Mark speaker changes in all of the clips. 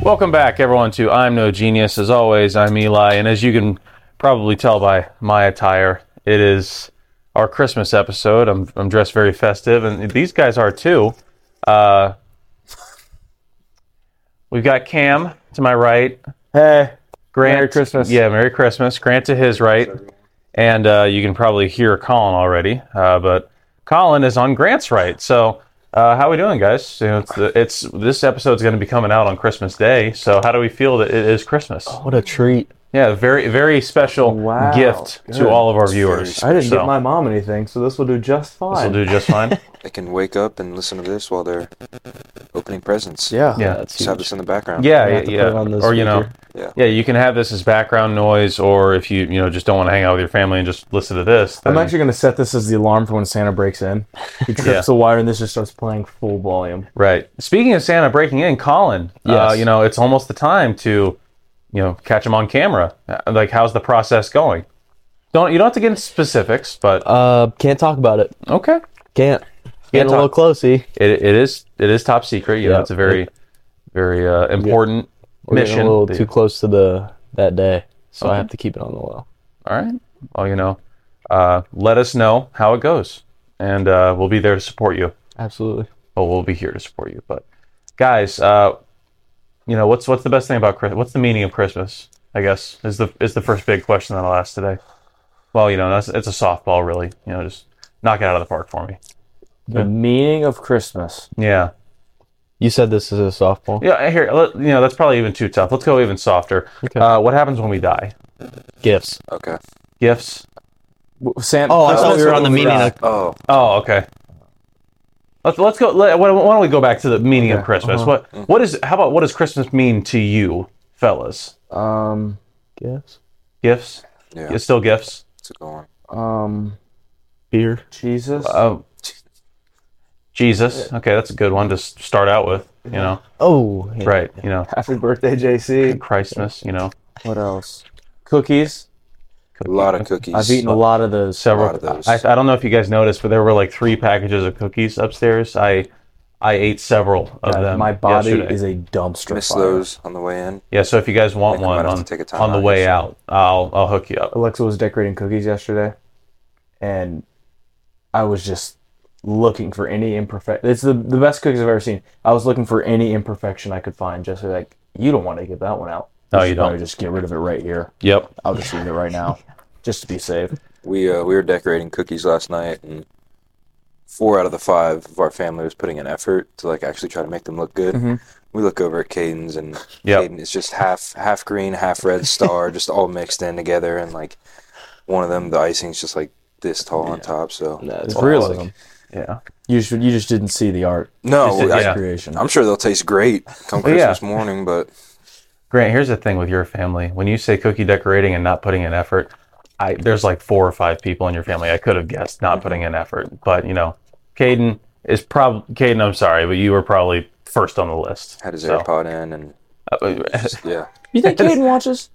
Speaker 1: Welcome back, everyone, to I'm No Genius. As always, I'm Eli, and as you can probably tell by my attire, it is our Christmas episode. I'm, I'm dressed very festive, and these guys are too. Uh, we've got Cam to my right,
Speaker 2: Hey,
Speaker 1: Grant.
Speaker 2: Merry Christmas.
Speaker 1: Yeah, Merry Christmas. Grant to his right, and uh, you can probably hear Colin already, uh, but Colin is on Grant's right. So. Uh, how we doing, guys? You know, it's, it's this episode's going to be coming out on Christmas Day. So, how do we feel that it is Christmas?
Speaker 2: what a treat!
Speaker 1: Yeah, very very special
Speaker 2: Wow,
Speaker 1: gift
Speaker 2: good.
Speaker 1: to all of our viewers.
Speaker 2: I didn't
Speaker 1: so,
Speaker 2: get my mom anything, so this will do just
Speaker 1: This will
Speaker 2: fine.
Speaker 1: do just fine.
Speaker 3: They can wake up and listen to this while they're opening presents.
Speaker 2: yeah,
Speaker 1: Yeah.
Speaker 2: that's
Speaker 3: Just have this in the background.
Speaker 1: Yeah,
Speaker 2: Gonna
Speaker 1: yeah,
Speaker 2: have to put it on
Speaker 1: yeah.
Speaker 2: this
Speaker 1: Or you know,
Speaker 2: speaker.
Speaker 3: Yeah.
Speaker 1: yeah, you can have this as background noise, or if you you know just don't want to hang out with your family and just listen to this.
Speaker 2: I'm
Speaker 1: then-
Speaker 2: actually going to set this as the alarm for when Santa breaks in. He trips
Speaker 1: Yeah.
Speaker 2: the wire, and this just starts playing full volume.
Speaker 1: right. Speaking of Santa breaking in, Colin, uh,
Speaker 2: Yes.
Speaker 1: you know, it's almost the time to, you know, catch him on camera. Uh, Like, how's the process going? Don't you don't have to get into specifics, but
Speaker 4: Uh, can't talk about it.
Speaker 1: okay,
Speaker 4: Can't. Getting a
Speaker 1: talk.
Speaker 4: little closey.
Speaker 1: it, it is it is top secret. You know,
Speaker 4: Yeah.
Speaker 1: it's a very very uh, important mission.
Speaker 4: Getting a little
Speaker 1: that-
Speaker 4: too close to the that day, so I have to keep it on the low.
Speaker 1: all right well you know uh, let us know how it goes and uh, we'll be there to support you
Speaker 4: Absolutely.
Speaker 1: well we'll be here to support you but guys uh, you know what's what's the best thing about christmas what's the meaning of christmas i guess is the is the first big question that i'll ask today well you know that's it's a softball really you know just knock it out of the park for me
Speaker 2: The meaning of Christmas.
Speaker 1: yeah
Speaker 4: You said this is a softball.
Speaker 1: yeah here let, you know that's probably even too tough let's go even softer
Speaker 4: Okay.
Speaker 1: uh, what happens when we die
Speaker 4: Gifts.
Speaker 3: Okay.
Speaker 1: gifts
Speaker 2: W- Santa.
Speaker 4: Oh, I
Speaker 2: Christmas
Speaker 4: thought we were on the
Speaker 2: when
Speaker 4: meaning
Speaker 2: die.
Speaker 4: of
Speaker 3: Oh,
Speaker 1: Oh, okay. Let's let's go. Let, why don't why don't we go back to the meaning of Christmas? What what is how about what does Christmas mean to you, fellas?
Speaker 2: um
Speaker 4: gifts.
Speaker 1: Gifts?
Speaker 3: yeah.
Speaker 1: It's still gifts.
Speaker 3: It's a good one.
Speaker 2: um
Speaker 4: Beer.
Speaker 2: Jesus.
Speaker 1: Oh, Jesus. Okay, that's a good one to s- start out with. You know,
Speaker 4: Oh, yeah.
Speaker 1: right? You know,
Speaker 2: Happy birthday, JC.
Speaker 1: Christmas. You know,
Speaker 2: What else? Cookies.
Speaker 3: A lot of cookies.
Speaker 2: I've eaten a lot of those.
Speaker 1: several.
Speaker 3: lot of those.
Speaker 1: I I don't know if you guys noticed, but there were like three packages of cookies upstairs. I I ate several of them.
Speaker 2: My body
Speaker 1: um, yesterday.
Speaker 2: is a dumpster
Speaker 3: Miss
Speaker 2: fire.
Speaker 3: those on the way in.
Speaker 1: Yeah, so if you guys want
Speaker 3: I might
Speaker 1: one
Speaker 3: have to
Speaker 1: on,
Speaker 3: take a time
Speaker 1: on the
Speaker 3: out Oh.
Speaker 1: way
Speaker 3: here
Speaker 1: out, I'll I'll hook you up.
Speaker 2: Alexa was decorating cookies yesterday, and I was just looking for any imperfection. It's the, the best cookies I've ever seen. I was looking for any imperfection I could find. Just like you don't want to give that one out.
Speaker 1: No, you
Speaker 2: should probably
Speaker 1: don't.
Speaker 2: Just get rid of it right here.
Speaker 1: Yep.
Speaker 2: I'll just leave it right now, just to be safe.
Speaker 3: We uh, we were decorating cookies last night, and four out of the five of our family was putting in effort to like actually try to make them look good.
Speaker 2: Mm-hmm.
Speaker 3: We look over at Caden's, and
Speaker 1: Yep.
Speaker 3: Caden is just half half green, half red star, just all mixed in together, and like one of them, the icing's just like this tall on top. So
Speaker 4: That's
Speaker 2: It's realism.
Speaker 1: Yeah.
Speaker 2: You should. You just didn't see the art
Speaker 3: no,
Speaker 1: Just-
Speaker 3: I-
Speaker 1: yeah.
Speaker 2: creation.
Speaker 3: Oh, I'm sure they'll taste great come
Speaker 1: Well, yeah.
Speaker 3: Christmas morning, but
Speaker 1: Grant, here's the thing with your family. When you say cookie decorating and not putting in effort, I there's like four or five people in your family I could have guessed
Speaker 3: Mm-hmm.
Speaker 1: not putting in effort. But you know, Caden is probably Caden. I'm sorry, but you were probably first on the list.
Speaker 3: had his
Speaker 1: So,
Speaker 3: AirPod in, and
Speaker 1: uh,
Speaker 3: just- yeah,
Speaker 2: You think Caden watches?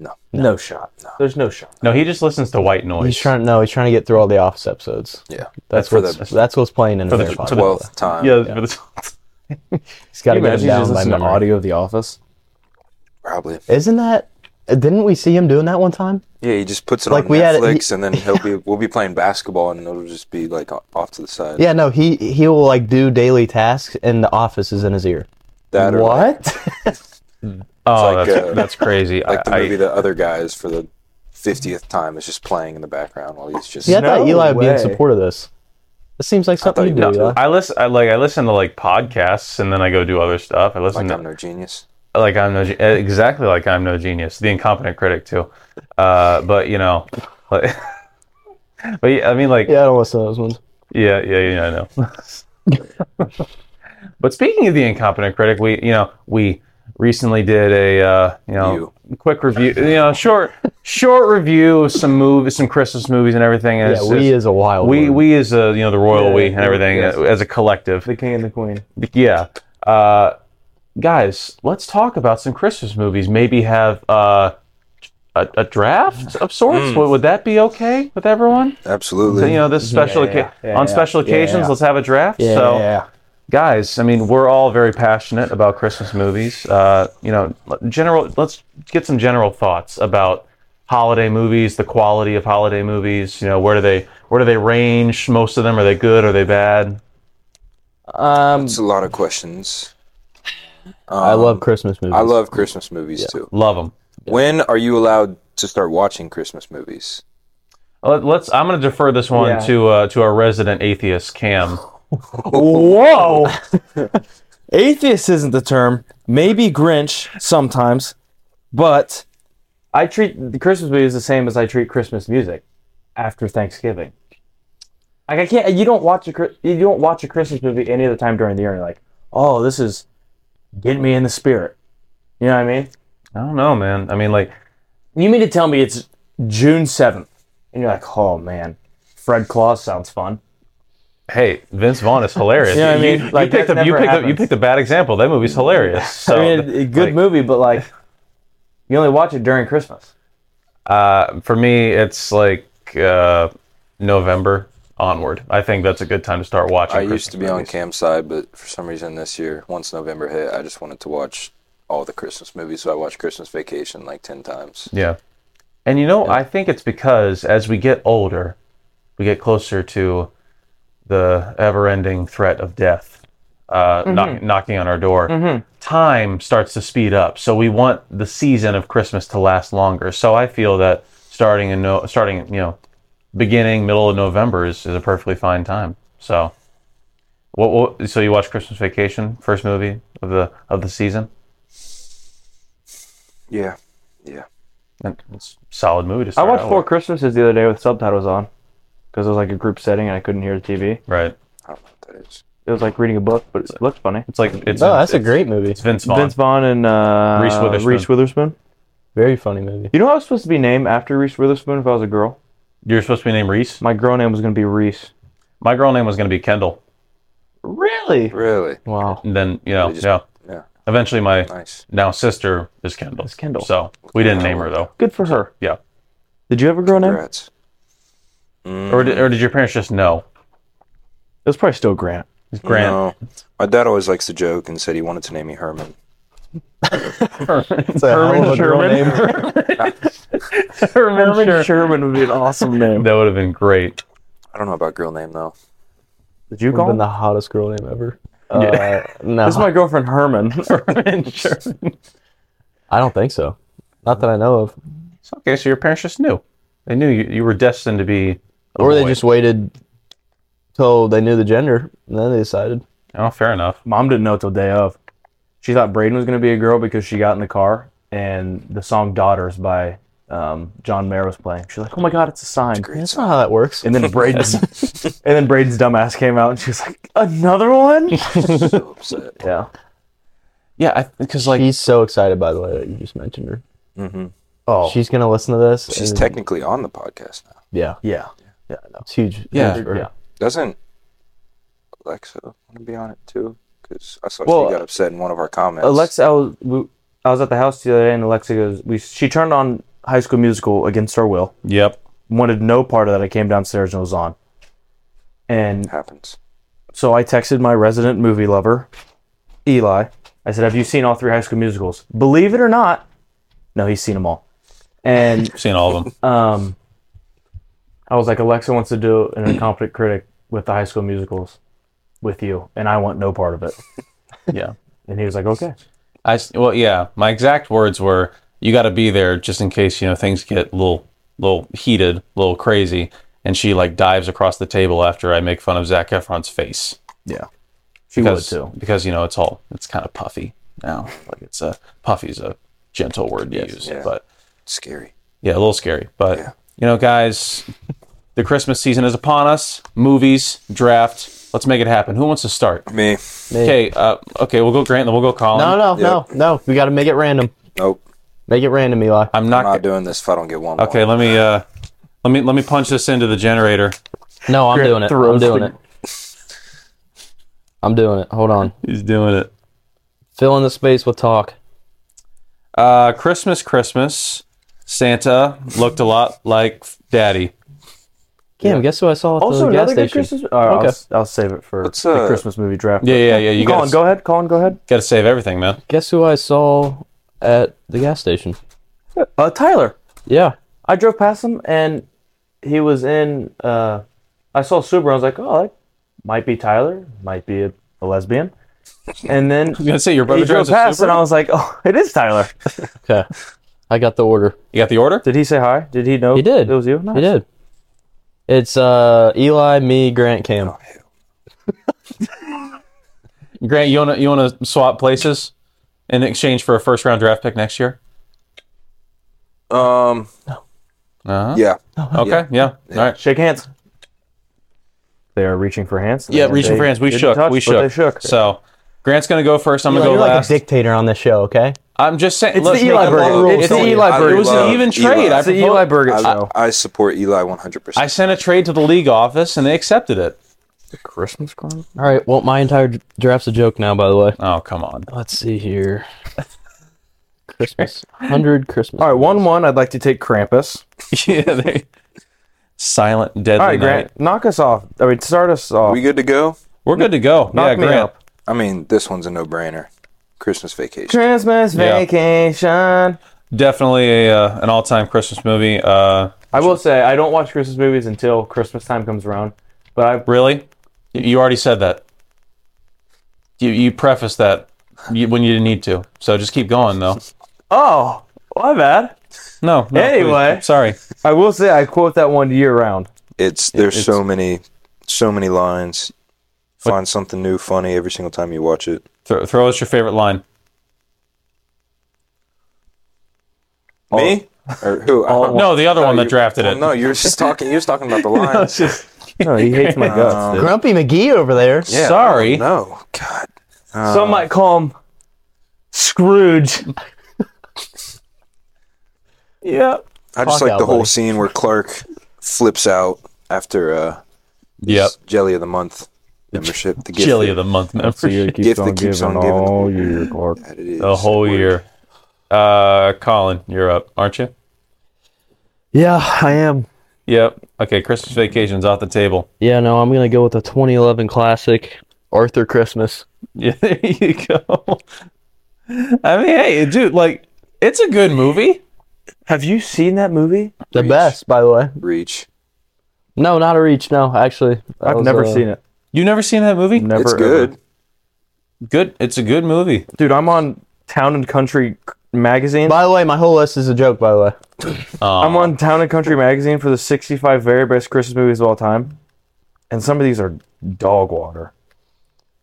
Speaker 3: No.
Speaker 2: no. shot. There's no shot.
Speaker 1: no, he just listens to white noise.
Speaker 4: He's trying. No, he's trying to get through all the office episodes.
Speaker 3: yeah,
Speaker 4: That's
Speaker 3: for
Speaker 4: what's
Speaker 3: the-
Speaker 4: that's what's playing in his
Speaker 1: the-
Speaker 4: AirPod.
Speaker 1: for the-
Speaker 3: twelfth time.
Speaker 1: yeah, but it's-
Speaker 4: he's
Speaker 2: Can
Speaker 4: got to
Speaker 2: you
Speaker 4: get him
Speaker 2: imagine you just
Speaker 4: down by
Speaker 2: listen to
Speaker 4: memory.
Speaker 2: audio of The Office?
Speaker 3: Probably.
Speaker 4: Isn't that? uh, Didn't we see him doing that one time?
Speaker 3: Yeah, he just puts it
Speaker 4: Like,
Speaker 3: on
Speaker 4: we had-
Speaker 3: Netflix, and then he'll be we'll be playing basketball, and it'll just be like o- off to the side.
Speaker 4: Yeah. No. He he will like do daily tasks, and the office is in his ear.
Speaker 3: that or like,
Speaker 4: What?
Speaker 1: oh,
Speaker 3: like,
Speaker 1: that's,
Speaker 3: uh,
Speaker 1: that's crazy.
Speaker 3: like the
Speaker 1: I,
Speaker 3: movie The Other Guys for the fiftieth time is just playing in the background while he's just
Speaker 4: Yeah, I thought
Speaker 2: No
Speaker 4: Eli would be in
Speaker 2: way.
Speaker 4: support of this. This seems like something
Speaker 3: thought you-
Speaker 4: you do,
Speaker 1: I,
Speaker 4: Eli.
Speaker 1: no, I listen. I like. I listen to like podcasts, and then I go do other stuff. I listen
Speaker 3: like
Speaker 1: to
Speaker 3: I'm no genius.
Speaker 1: like I'm no ge- eh, exactly like I'm no genius. The incompetent critic too. Uh, but you know, like, but yeah, I mean, like
Speaker 4: Yeah, I don't listen to those ones.
Speaker 1: yeah, yeah, yeah, I know. but speaking of the incompetent critic, we you know we recently did a uh, you know
Speaker 3: You.
Speaker 1: quick review, you know short short review of some movies, some Christmas movies and everything. And
Speaker 4: Yeah,
Speaker 1: it's-
Speaker 4: we
Speaker 1: it's-
Speaker 4: is a wild
Speaker 1: we
Speaker 4: one.
Speaker 1: we as a, you know the royal
Speaker 2: Yeah,
Speaker 1: we and everything
Speaker 2: yes.
Speaker 1: uh, as a collective.
Speaker 2: The King and the Queen.
Speaker 1: Yeah. Uh, guys, let's talk about some Christmas movies. Maybe have uh, a, a draft of sorts.
Speaker 2: Hmm.
Speaker 1: Would, would that be okay with everyone?
Speaker 3: Absolutely.
Speaker 1: You know, this special
Speaker 2: Yeah, yeah,
Speaker 1: occa-
Speaker 2: yeah,
Speaker 1: on
Speaker 2: yeah.
Speaker 1: special
Speaker 2: Yeah,
Speaker 1: occasions,
Speaker 2: yeah.
Speaker 1: let's have a draft.
Speaker 2: Yeah,
Speaker 1: so,
Speaker 2: yeah,
Speaker 1: guys, I mean, we're all very passionate about Christmas movies. Uh, you know, l- general. Let's get some general thoughts about holiday movies, the quality of holiday movies. You know, where do they where do they range? Most of them are they good? Are they bad?
Speaker 2: Um,
Speaker 3: It's a lot of questions.
Speaker 4: I
Speaker 3: Um,
Speaker 4: love Christmas movies.
Speaker 3: I love Christmas movies too.
Speaker 1: Love them.
Speaker 3: When are you allowed to start watching Christmas movies?
Speaker 1: Let's. I'm going to defer this one
Speaker 2: Yeah.
Speaker 1: to uh, to our resident atheist Cam.
Speaker 2: whoa. Atheist isn't the term. Maybe Grinch sometimes, but I treat the Christmas movies the same as I treat Christmas music after Thanksgiving. Like I can't. You don't watch a Chri- you don't watch a Christmas movie any other time during the year. And you're like, oh, this is getting me in the spirit. You know what I mean?
Speaker 1: I don't know, man. I mean, like,
Speaker 2: You mean to tell me it's June seventh, and you're like, oh man, Fred Claus sounds fun.
Speaker 1: hey, Vince Vaughn is hilarious.
Speaker 2: You know what I
Speaker 1: You-
Speaker 2: mean?
Speaker 1: You,
Speaker 2: Like,
Speaker 1: picked
Speaker 2: that
Speaker 1: up. You
Speaker 2: never
Speaker 1: picked up. You
Speaker 2: happens.
Speaker 1: picked a bad example. That movie's hilarious. So,
Speaker 2: I mean, a, a good
Speaker 1: like,
Speaker 2: movie, but like, you only watch it during Christmas.
Speaker 1: Uh, for me, it's like uh, November onward. I think that's a good time to start watching.
Speaker 3: I used
Speaker 1: Christmas
Speaker 3: to be on
Speaker 1: movies.
Speaker 3: Cam's side, but for some reason this year, once November hit, I just wanted to watch all the Christmas movies, so I watched Christmas Vacation like ten times.
Speaker 1: Yeah. And you know, I think it's because as we get older, we get closer to the ever ending threat of death uh,
Speaker 2: Mm-hmm.
Speaker 1: knock, knocking on our door. Time starts to speed up. So we want the season of Christmas to last longer. So I feel that starting in no, starting, you know, beginning, middle of November is, is a perfectly fine time. So what, what so you watch Christmas Vacation, first movie of the of the season?
Speaker 3: Yeah, yeah.
Speaker 1: And It's a solid movie to
Speaker 2: I
Speaker 1: start
Speaker 2: watched
Speaker 1: out
Speaker 2: Four
Speaker 1: with.
Speaker 2: Christmases the other day with subtitles on because it was like a group setting and I couldn't hear the TV.
Speaker 1: Right.
Speaker 3: I don't know what that is.
Speaker 2: It was like reading a book, but it looked funny.
Speaker 1: It's like it's
Speaker 4: No, Oh, that's a
Speaker 1: it's-
Speaker 4: great movie.
Speaker 1: It's Vince Vaughn.
Speaker 2: Vince Vaughn and uh,
Speaker 1: Reese Witherspoon.
Speaker 2: Reese Witherspoon.
Speaker 4: Very funny movie.
Speaker 2: You know, I was supposed to be named after Reese Witherspoon if I was a girl.
Speaker 1: You're supposed to be named Reese.
Speaker 2: My girl name was going to be Reese.
Speaker 1: My girl name was going to be Kendall.
Speaker 2: Really?
Speaker 3: Really
Speaker 2: Wow.
Speaker 1: And then, you know,
Speaker 3: They just-
Speaker 1: yeah.
Speaker 3: yeah.
Speaker 1: Eventually, my
Speaker 3: nice.
Speaker 1: now sister is Kendall.
Speaker 2: It's Kendall.
Speaker 1: So we didn't name her, though.
Speaker 2: Good for her.
Speaker 1: Yeah.
Speaker 2: Did you have a girl name? It
Speaker 3: Congrats. Mm,
Speaker 1: Or did, or did your parents just know?
Speaker 2: was probably still Grant.
Speaker 1: It's Grant.
Speaker 3: no. My dad always likes to joke and said he wanted to name me Herman.
Speaker 4: It's a hell
Speaker 2: Herman
Speaker 4: of a girl
Speaker 2: Sherman.
Speaker 4: name.
Speaker 1: Herman Sher-
Speaker 2: Sherman would be an awesome name.
Speaker 1: That would have been great.
Speaker 3: I don't know about girl name though.
Speaker 2: Did you
Speaker 4: Would've
Speaker 2: call
Speaker 4: been
Speaker 2: him?
Speaker 4: the hottest girl name ever.
Speaker 1: Yeah.
Speaker 4: Uh, no,
Speaker 2: This is my girlfriend Herman.
Speaker 1: Herman Sherman.
Speaker 4: I don't think so. Not that I know of.
Speaker 1: So, okay, so your parents just knew. They knew you, you were destined to be.
Speaker 2: Oh,
Speaker 1: a
Speaker 4: Or they
Speaker 1: boy.
Speaker 4: just waited till they knew the gender, and then they decided.
Speaker 1: Oh, fair enough.
Speaker 2: Mom didn't know till day of. She thought Braden was going to be a girl because she got in the car and the song "Daughters" by um, John Mayer was playing. She's like, "Oh my God, it's a sign!"
Speaker 4: That's not how that works.
Speaker 2: And then Braden's, and then Braden's dumbass came out and she was like, "Another one?"
Speaker 3: So upset.
Speaker 2: yeah.
Speaker 1: Yeah, because, like,
Speaker 4: She's so excited, by the way, that you just mentioned her.
Speaker 3: hmm
Speaker 2: Oh.
Speaker 4: She's gonna listen to this.
Speaker 3: She's
Speaker 4: and-
Speaker 3: technically on the podcast now.
Speaker 4: Yeah,
Speaker 2: yeah.
Speaker 4: it's huge.
Speaker 1: Yeah.
Speaker 4: huge for her.
Speaker 2: Yeah.
Speaker 3: Doesn't Alexa want to be on it too? Because I saw
Speaker 2: Well,
Speaker 3: she got upset in one of our comments.
Speaker 2: Alexa, I was we, I was at the house the other day and Alexa goes, "We." She turned on High School Musical against her will.
Speaker 1: yep.
Speaker 2: Wanted no part of that. I came downstairs and it was on. And
Speaker 3: happens.
Speaker 2: So I texted my resident movie lover, Eli. I said, "Have you seen all three High School Musicals?" Believe it or not, no, he's seen them all. And
Speaker 1: Seen all of them.
Speaker 2: um, I was like, "Alexa wants to do an incompetent critic with the High School Musicals with you, and I want no part of it."
Speaker 1: yeah.
Speaker 2: And he was like, "Okay."
Speaker 1: I s- well, yeah. My exact words were, "You got to be there just in case you know things get a little, little heated, a little crazy." And she like dives across the table after I make fun of Zach Efron's face
Speaker 2: She
Speaker 1: because
Speaker 2: would too.
Speaker 1: because you know it's all it's kind of puffy now. Like it's a puffy's a gentle word to use,
Speaker 3: yeah.
Speaker 1: but
Speaker 3: Scary.
Speaker 1: yeah, a little scary. But
Speaker 3: Yeah.
Speaker 1: you know, guys, the Christmas season is upon us. Movies, draft. Let's make it happen. Who wants to start?
Speaker 3: Me.
Speaker 1: Okay, uh, okay, we'll go Grant, then we'll go Colin.
Speaker 4: No, no, no,
Speaker 3: Yep.
Speaker 4: no. We got to make it random.
Speaker 3: Nope.
Speaker 4: Make it random, Eli.
Speaker 1: I'm
Speaker 3: I'm
Speaker 1: not.
Speaker 3: not doing this if I don't get one.
Speaker 1: Okay,
Speaker 3: more.
Speaker 1: let me uh, let me let me punch this into the generator.
Speaker 4: No, I'm
Speaker 2: Grant
Speaker 4: doing it. I'm
Speaker 2: throws
Speaker 4: doing
Speaker 2: the-
Speaker 4: it. I'm doing it. Hold on.
Speaker 1: He's doing it.
Speaker 4: Fill in the space with talk.
Speaker 1: Uh, Christmas, Christmas. Santa looked a lot like Daddy.
Speaker 4: Cam, guess who I saw at
Speaker 2: Also,
Speaker 4: the gas
Speaker 2: another good
Speaker 4: station?
Speaker 2: Christmas. all right, I'll
Speaker 4: Okay.
Speaker 2: s- I'll, save it for
Speaker 3: Let's,
Speaker 2: the
Speaker 3: uh,
Speaker 2: Christmas movie draft.
Speaker 1: Yeah, yeah, yeah. You
Speaker 2: Colin,
Speaker 1: gotta,
Speaker 2: go ahead. Colin, go ahead.
Speaker 1: gotta save everything, man.
Speaker 4: Guess who I saw at the gas station?
Speaker 2: Uh, Tyler,
Speaker 4: Yeah.
Speaker 2: I drove past him and he was in. Uh, I saw Subaru. I was like, oh, that might be Tyler. Might be a, a lesbian. And then
Speaker 1: You gonna say your brother
Speaker 2: he drove
Speaker 1: drives a
Speaker 2: past, and I
Speaker 1: Subaru?
Speaker 2: was like, oh, it is Tyler.
Speaker 4: Okay. I got the order.
Speaker 1: You got the order?
Speaker 2: Did he say hi? Did he know
Speaker 4: He did.
Speaker 2: it was you? Nice.
Speaker 4: He did. It's uh, Eli, me, Grant, Cam.
Speaker 1: Grant, you wanna you wanna swap places in exchange for a first round draft pick next year?
Speaker 3: Um,
Speaker 1: Uh-huh.
Speaker 3: yeah.
Speaker 1: Okay. Yeah. All right.
Speaker 2: Shake hands. They are reaching for hands.
Speaker 1: Yeah,
Speaker 2: and
Speaker 1: reaching
Speaker 2: they
Speaker 1: for hands. We
Speaker 2: didn't
Speaker 1: shook.
Speaker 2: touch,
Speaker 1: we
Speaker 2: but
Speaker 1: shook.
Speaker 2: They shook.
Speaker 1: So Grant's gonna go first. I'm gonna
Speaker 4: Eli,
Speaker 1: go
Speaker 4: you're like
Speaker 1: last.
Speaker 4: a dictator on this show, okay?
Speaker 1: I'm just saying.
Speaker 2: It's
Speaker 1: look,
Speaker 2: the Eli
Speaker 1: I'm
Speaker 2: Bird.
Speaker 1: all rules.
Speaker 2: It's the
Speaker 1: It's-
Speaker 2: Eli Bird.
Speaker 1: It was an
Speaker 3: Love
Speaker 1: even
Speaker 3: Eli.
Speaker 1: trade. I
Speaker 2: It's the
Speaker 1: proposed-
Speaker 2: Eli Burger
Speaker 3: I,
Speaker 2: show.
Speaker 3: I support Eli 100%.
Speaker 1: I sent a trade to the league office and they accepted it.
Speaker 2: Christmas card.
Speaker 4: All right. Well, my entire d- draft's a joke now, by the way.
Speaker 1: Oh come on.
Speaker 4: Let's see here. Christmas. 100 Christmas.
Speaker 2: All right, one one. I'd like to take Krampus.
Speaker 1: yeah. They, silent deadly
Speaker 2: All right,
Speaker 1: night.
Speaker 2: Grant, knock us off. I mean, start us off.
Speaker 3: we good to go?
Speaker 1: We're good to go.
Speaker 2: knock
Speaker 1: yeah,
Speaker 2: me
Speaker 1: Grant.
Speaker 2: up.
Speaker 3: I mean, this one's a no-brainer. Christmas vacation.
Speaker 2: Christmas
Speaker 1: Yeah.
Speaker 2: vacation.
Speaker 1: Definitely a, uh, an all time Christmas movie. Uh,
Speaker 2: I will say I don't watch Christmas movies until Christmas time comes around. But I
Speaker 1: really? You- You already said that. You you prefaced that you, when you didn't need to. So just keep going though.
Speaker 2: oh my bad.
Speaker 1: No. no please.
Speaker 2: Anyway.
Speaker 1: I'm sorry.
Speaker 2: I will say I quote that one year round.
Speaker 3: It's there's so many, so many lines. Find something new, funny every single time you watch it.
Speaker 1: Throw, throw us your favorite line.
Speaker 3: Me or who? I don't-
Speaker 1: No, the other one that
Speaker 3: you-
Speaker 1: drafted
Speaker 3: well,
Speaker 1: it.
Speaker 3: No, you were just talking. You were talking about the lines.
Speaker 2: No, Oh, he hates my guts. dude.
Speaker 4: Grumpy McGee over there.
Speaker 3: Yeah,
Speaker 1: Sorry.
Speaker 3: No, God.
Speaker 2: Some might call him Scrooge. yeah.
Speaker 3: I just
Speaker 4: Talk
Speaker 3: like
Speaker 4: out,
Speaker 3: the whole
Speaker 4: buddy.
Speaker 3: scene where Clark flips out after uh,
Speaker 1: Yep.
Speaker 3: Jelly of the Month membership. The gift
Speaker 1: Jelly
Speaker 3: that-
Speaker 1: of the month membership.
Speaker 3: Gift that keeps on giving.
Speaker 2: year, Clark.
Speaker 3: that it is.
Speaker 1: The whole year. Uh, Colin, you're up, aren't you?
Speaker 4: Yeah, I am.
Speaker 1: Yep. Okay. Christmas vacation's off the table.
Speaker 4: Yeah, no, I'm gonna go with the 2011 classic, Arthur Christmas.
Speaker 1: Yeah, there you go. I mean, hey, dude, like, it's a good movie.
Speaker 2: Have you seen that movie?
Speaker 4: The
Speaker 3: Reach.
Speaker 4: best, by the way.
Speaker 3: reach.
Speaker 4: No, not a reach. No, actually, that
Speaker 2: I've
Speaker 4: was,
Speaker 2: never
Speaker 4: uh,
Speaker 2: seen it.
Speaker 1: You've never seen that movie?
Speaker 2: Never.
Speaker 3: it's
Speaker 2: ever.
Speaker 3: good.
Speaker 1: Good. It's a good movie.
Speaker 2: dude. I'm on Town and Country magazine.
Speaker 4: By the way, my whole list is a joke. By the way,
Speaker 2: I'm on Town and Country magazine for the 65 very best Christmas movies of all time, and some of these are dog water.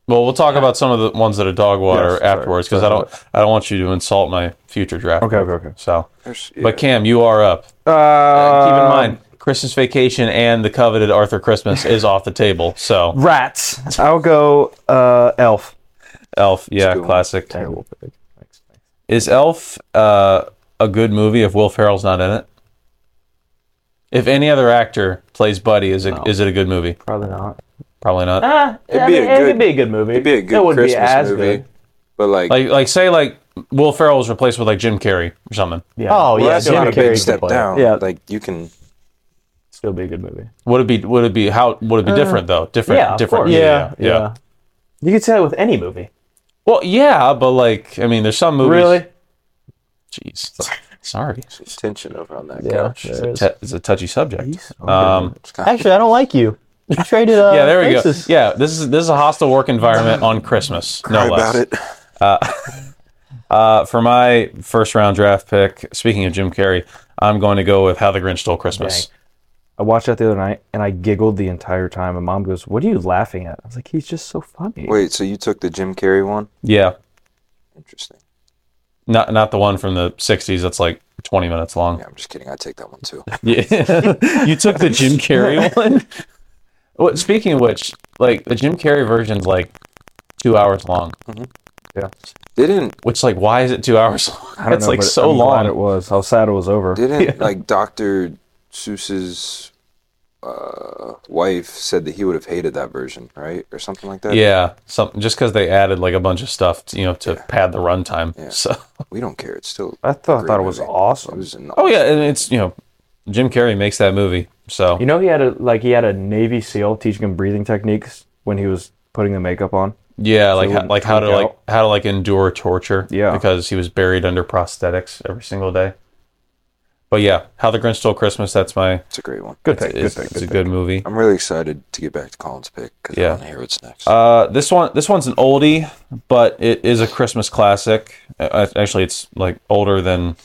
Speaker 1: Well, we'll talk about some of the ones that are dog water
Speaker 2: Yes, sorry,
Speaker 1: afterwards because I don't, I don't want you to insult my future draft.
Speaker 2: Okay, okay, okay.
Speaker 1: So,
Speaker 3: There's-
Speaker 1: but Cam, you are up.
Speaker 2: Uh,
Speaker 1: Keep in mind, Christmas Vacation and the coveted Arthur Christmas is off the table. So,
Speaker 2: rats. I'll go uh, Elf.
Speaker 1: Elf, yeah,
Speaker 3: good one.
Speaker 1: classic.
Speaker 2: Terrible pick. Thanks.
Speaker 1: Is Elf uh, a good movie if Will Ferrell's not in it? If any other actor plays Buddy, is it is it a good movie?
Speaker 2: Probably not.
Speaker 1: Probably not.
Speaker 2: Ah, it'd
Speaker 3: be a good-
Speaker 2: it'd be a good movie. It'd
Speaker 3: be a good
Speaker 2: it would
Speaker 3: Christmas
Speaker 2: be as
Speaker 3: movie.
Speaker 2: good.
Speaker 3: But like,
Speaker 1: Like like say like Will Ferrell was replaced with like Jim Carrey or something.
Speaker 2: Yeah.
Speaker 4: oh
Speaker 3: well,
Speaker 4: yeah,
Speaker 3: that's not
Speaker 4: Jim
Speaker 3: a
Speaker 4: Carrey
Speaker 3: big
Speaker 4: could
Speaker 3: step
Speaker 4: play it.
Speaker 3: down.
Speaker 2: Yeah.
Speaker 3: like you can.
Speaker 2: Still be a good movie.
Speaker 1: Would it be would it be how would it be different though? Different
Speaker 2: Uh, yeah, of
Speaker 1: different
Speaker 2: course.
Speaker 4: Yeah, yeah.
Speaker 2: You could say that with any movie.
Speaker 1: Well, yeah, but like I mean there's some movies
Speaker 2: Really?
Speaker 1: Jeez. Sorry.
Speaker 3: There's tension over on that
Speaker 4: Yeah,
Speaker 3: couch.
Speaker 4: there is. Oh,
Speaker 1: T- It's a touchy subject. Um,
Speaker 4: Actually, I don't like you. You traded. Uh,
Speaker 1: yeah, there we go.
Speaker 4: places.
Speaker 1: Yeah, this is this is a hostile work environment on Christmas.
Speaker 3: Cry
Speaker 1: no less.
Speaker 3: about it.
Speaker 1: Uh, for my first round draft pick, speaking of Jim Carrey, I'm going to go with How the Grinch Stole Christmas.
Speaker 2: I watched that the other night and I giggled the entire time. And mom goes, "What are you laughing at?" I was like, "He's just so funny."
Speaker 3: Wait, so you took the Jim Carrey one?
Speaker 1: Yeah,
Speaker 3: Interesting.
Speaker 1: not not the one from the '60s that's like 20 minutes long.
Speaker 3: Yeah, I'm just kidding. I take that one too.
Speaker 1: Yeah. you took the Jim Carrey one. Well, speaking of which, like the Jim Carrey version's like two hours long.
Speaker 3: Didn't
Speaker 1: Which, like, why is it two hours long?
Speaker 2: I don't
Speaker 1: It's
Speaker 2: know,
Speaker 1: like
Speaker 2: but
Speaker 1: so
Speaker 2: I'm
Speaker 1: long.
Speaker 2: Glad it was. How sad it was over.
Speaker 3: didn't like Dr. Seuss's uh, wife said that he would have hated that version, right, or something like that?
Speaker 1: Yeah, something just because they added like a bunch of stuff, you know, to pad the runtime. So,
Speaker 3: We don't care. It's still.
Speaker 2: I thought,
Speaker 3: Great
Speaker 2: thought it was
Speaker 3: movie. It
Speaker 2: awesome.
Speaker 3: was an
Speaker 1: oh yeah, and it's you know, Jim Carrey makes that movie. So
Speaker 2: You know, he had a like he had a Navy SEAL teaching him breathing techniques when he was putting the makeup on.
Speaker 1: yeah, like ho-
Speaker 2: wouldn't
Speaker 1: like how to
Speaker 2: drink
Speaker 1: like
Speaker 2: out.
Speaker 1: how to like endure torture.
Speaker 2: Yeah.
Speaker 1: because he was buried under prosthetics every single day. But yeah, How the Grinch Stole Christmas. That's my.
Speaker 3: It's a great one.
Speaker 2: Good pick.
Speaker 1: It's,
Speaker 2: Good Um, pick.
Speaker 1: it's a good movie.
Speaker 3: I'm really excited to get back to Colin's pick because
Speaker 1: Yeah.
Speaker 3: I want to hear what's next.
Speaker 1: Uh, this one, this one's an oldie, but it is a Christmas classic. Uh, actually, it's like older than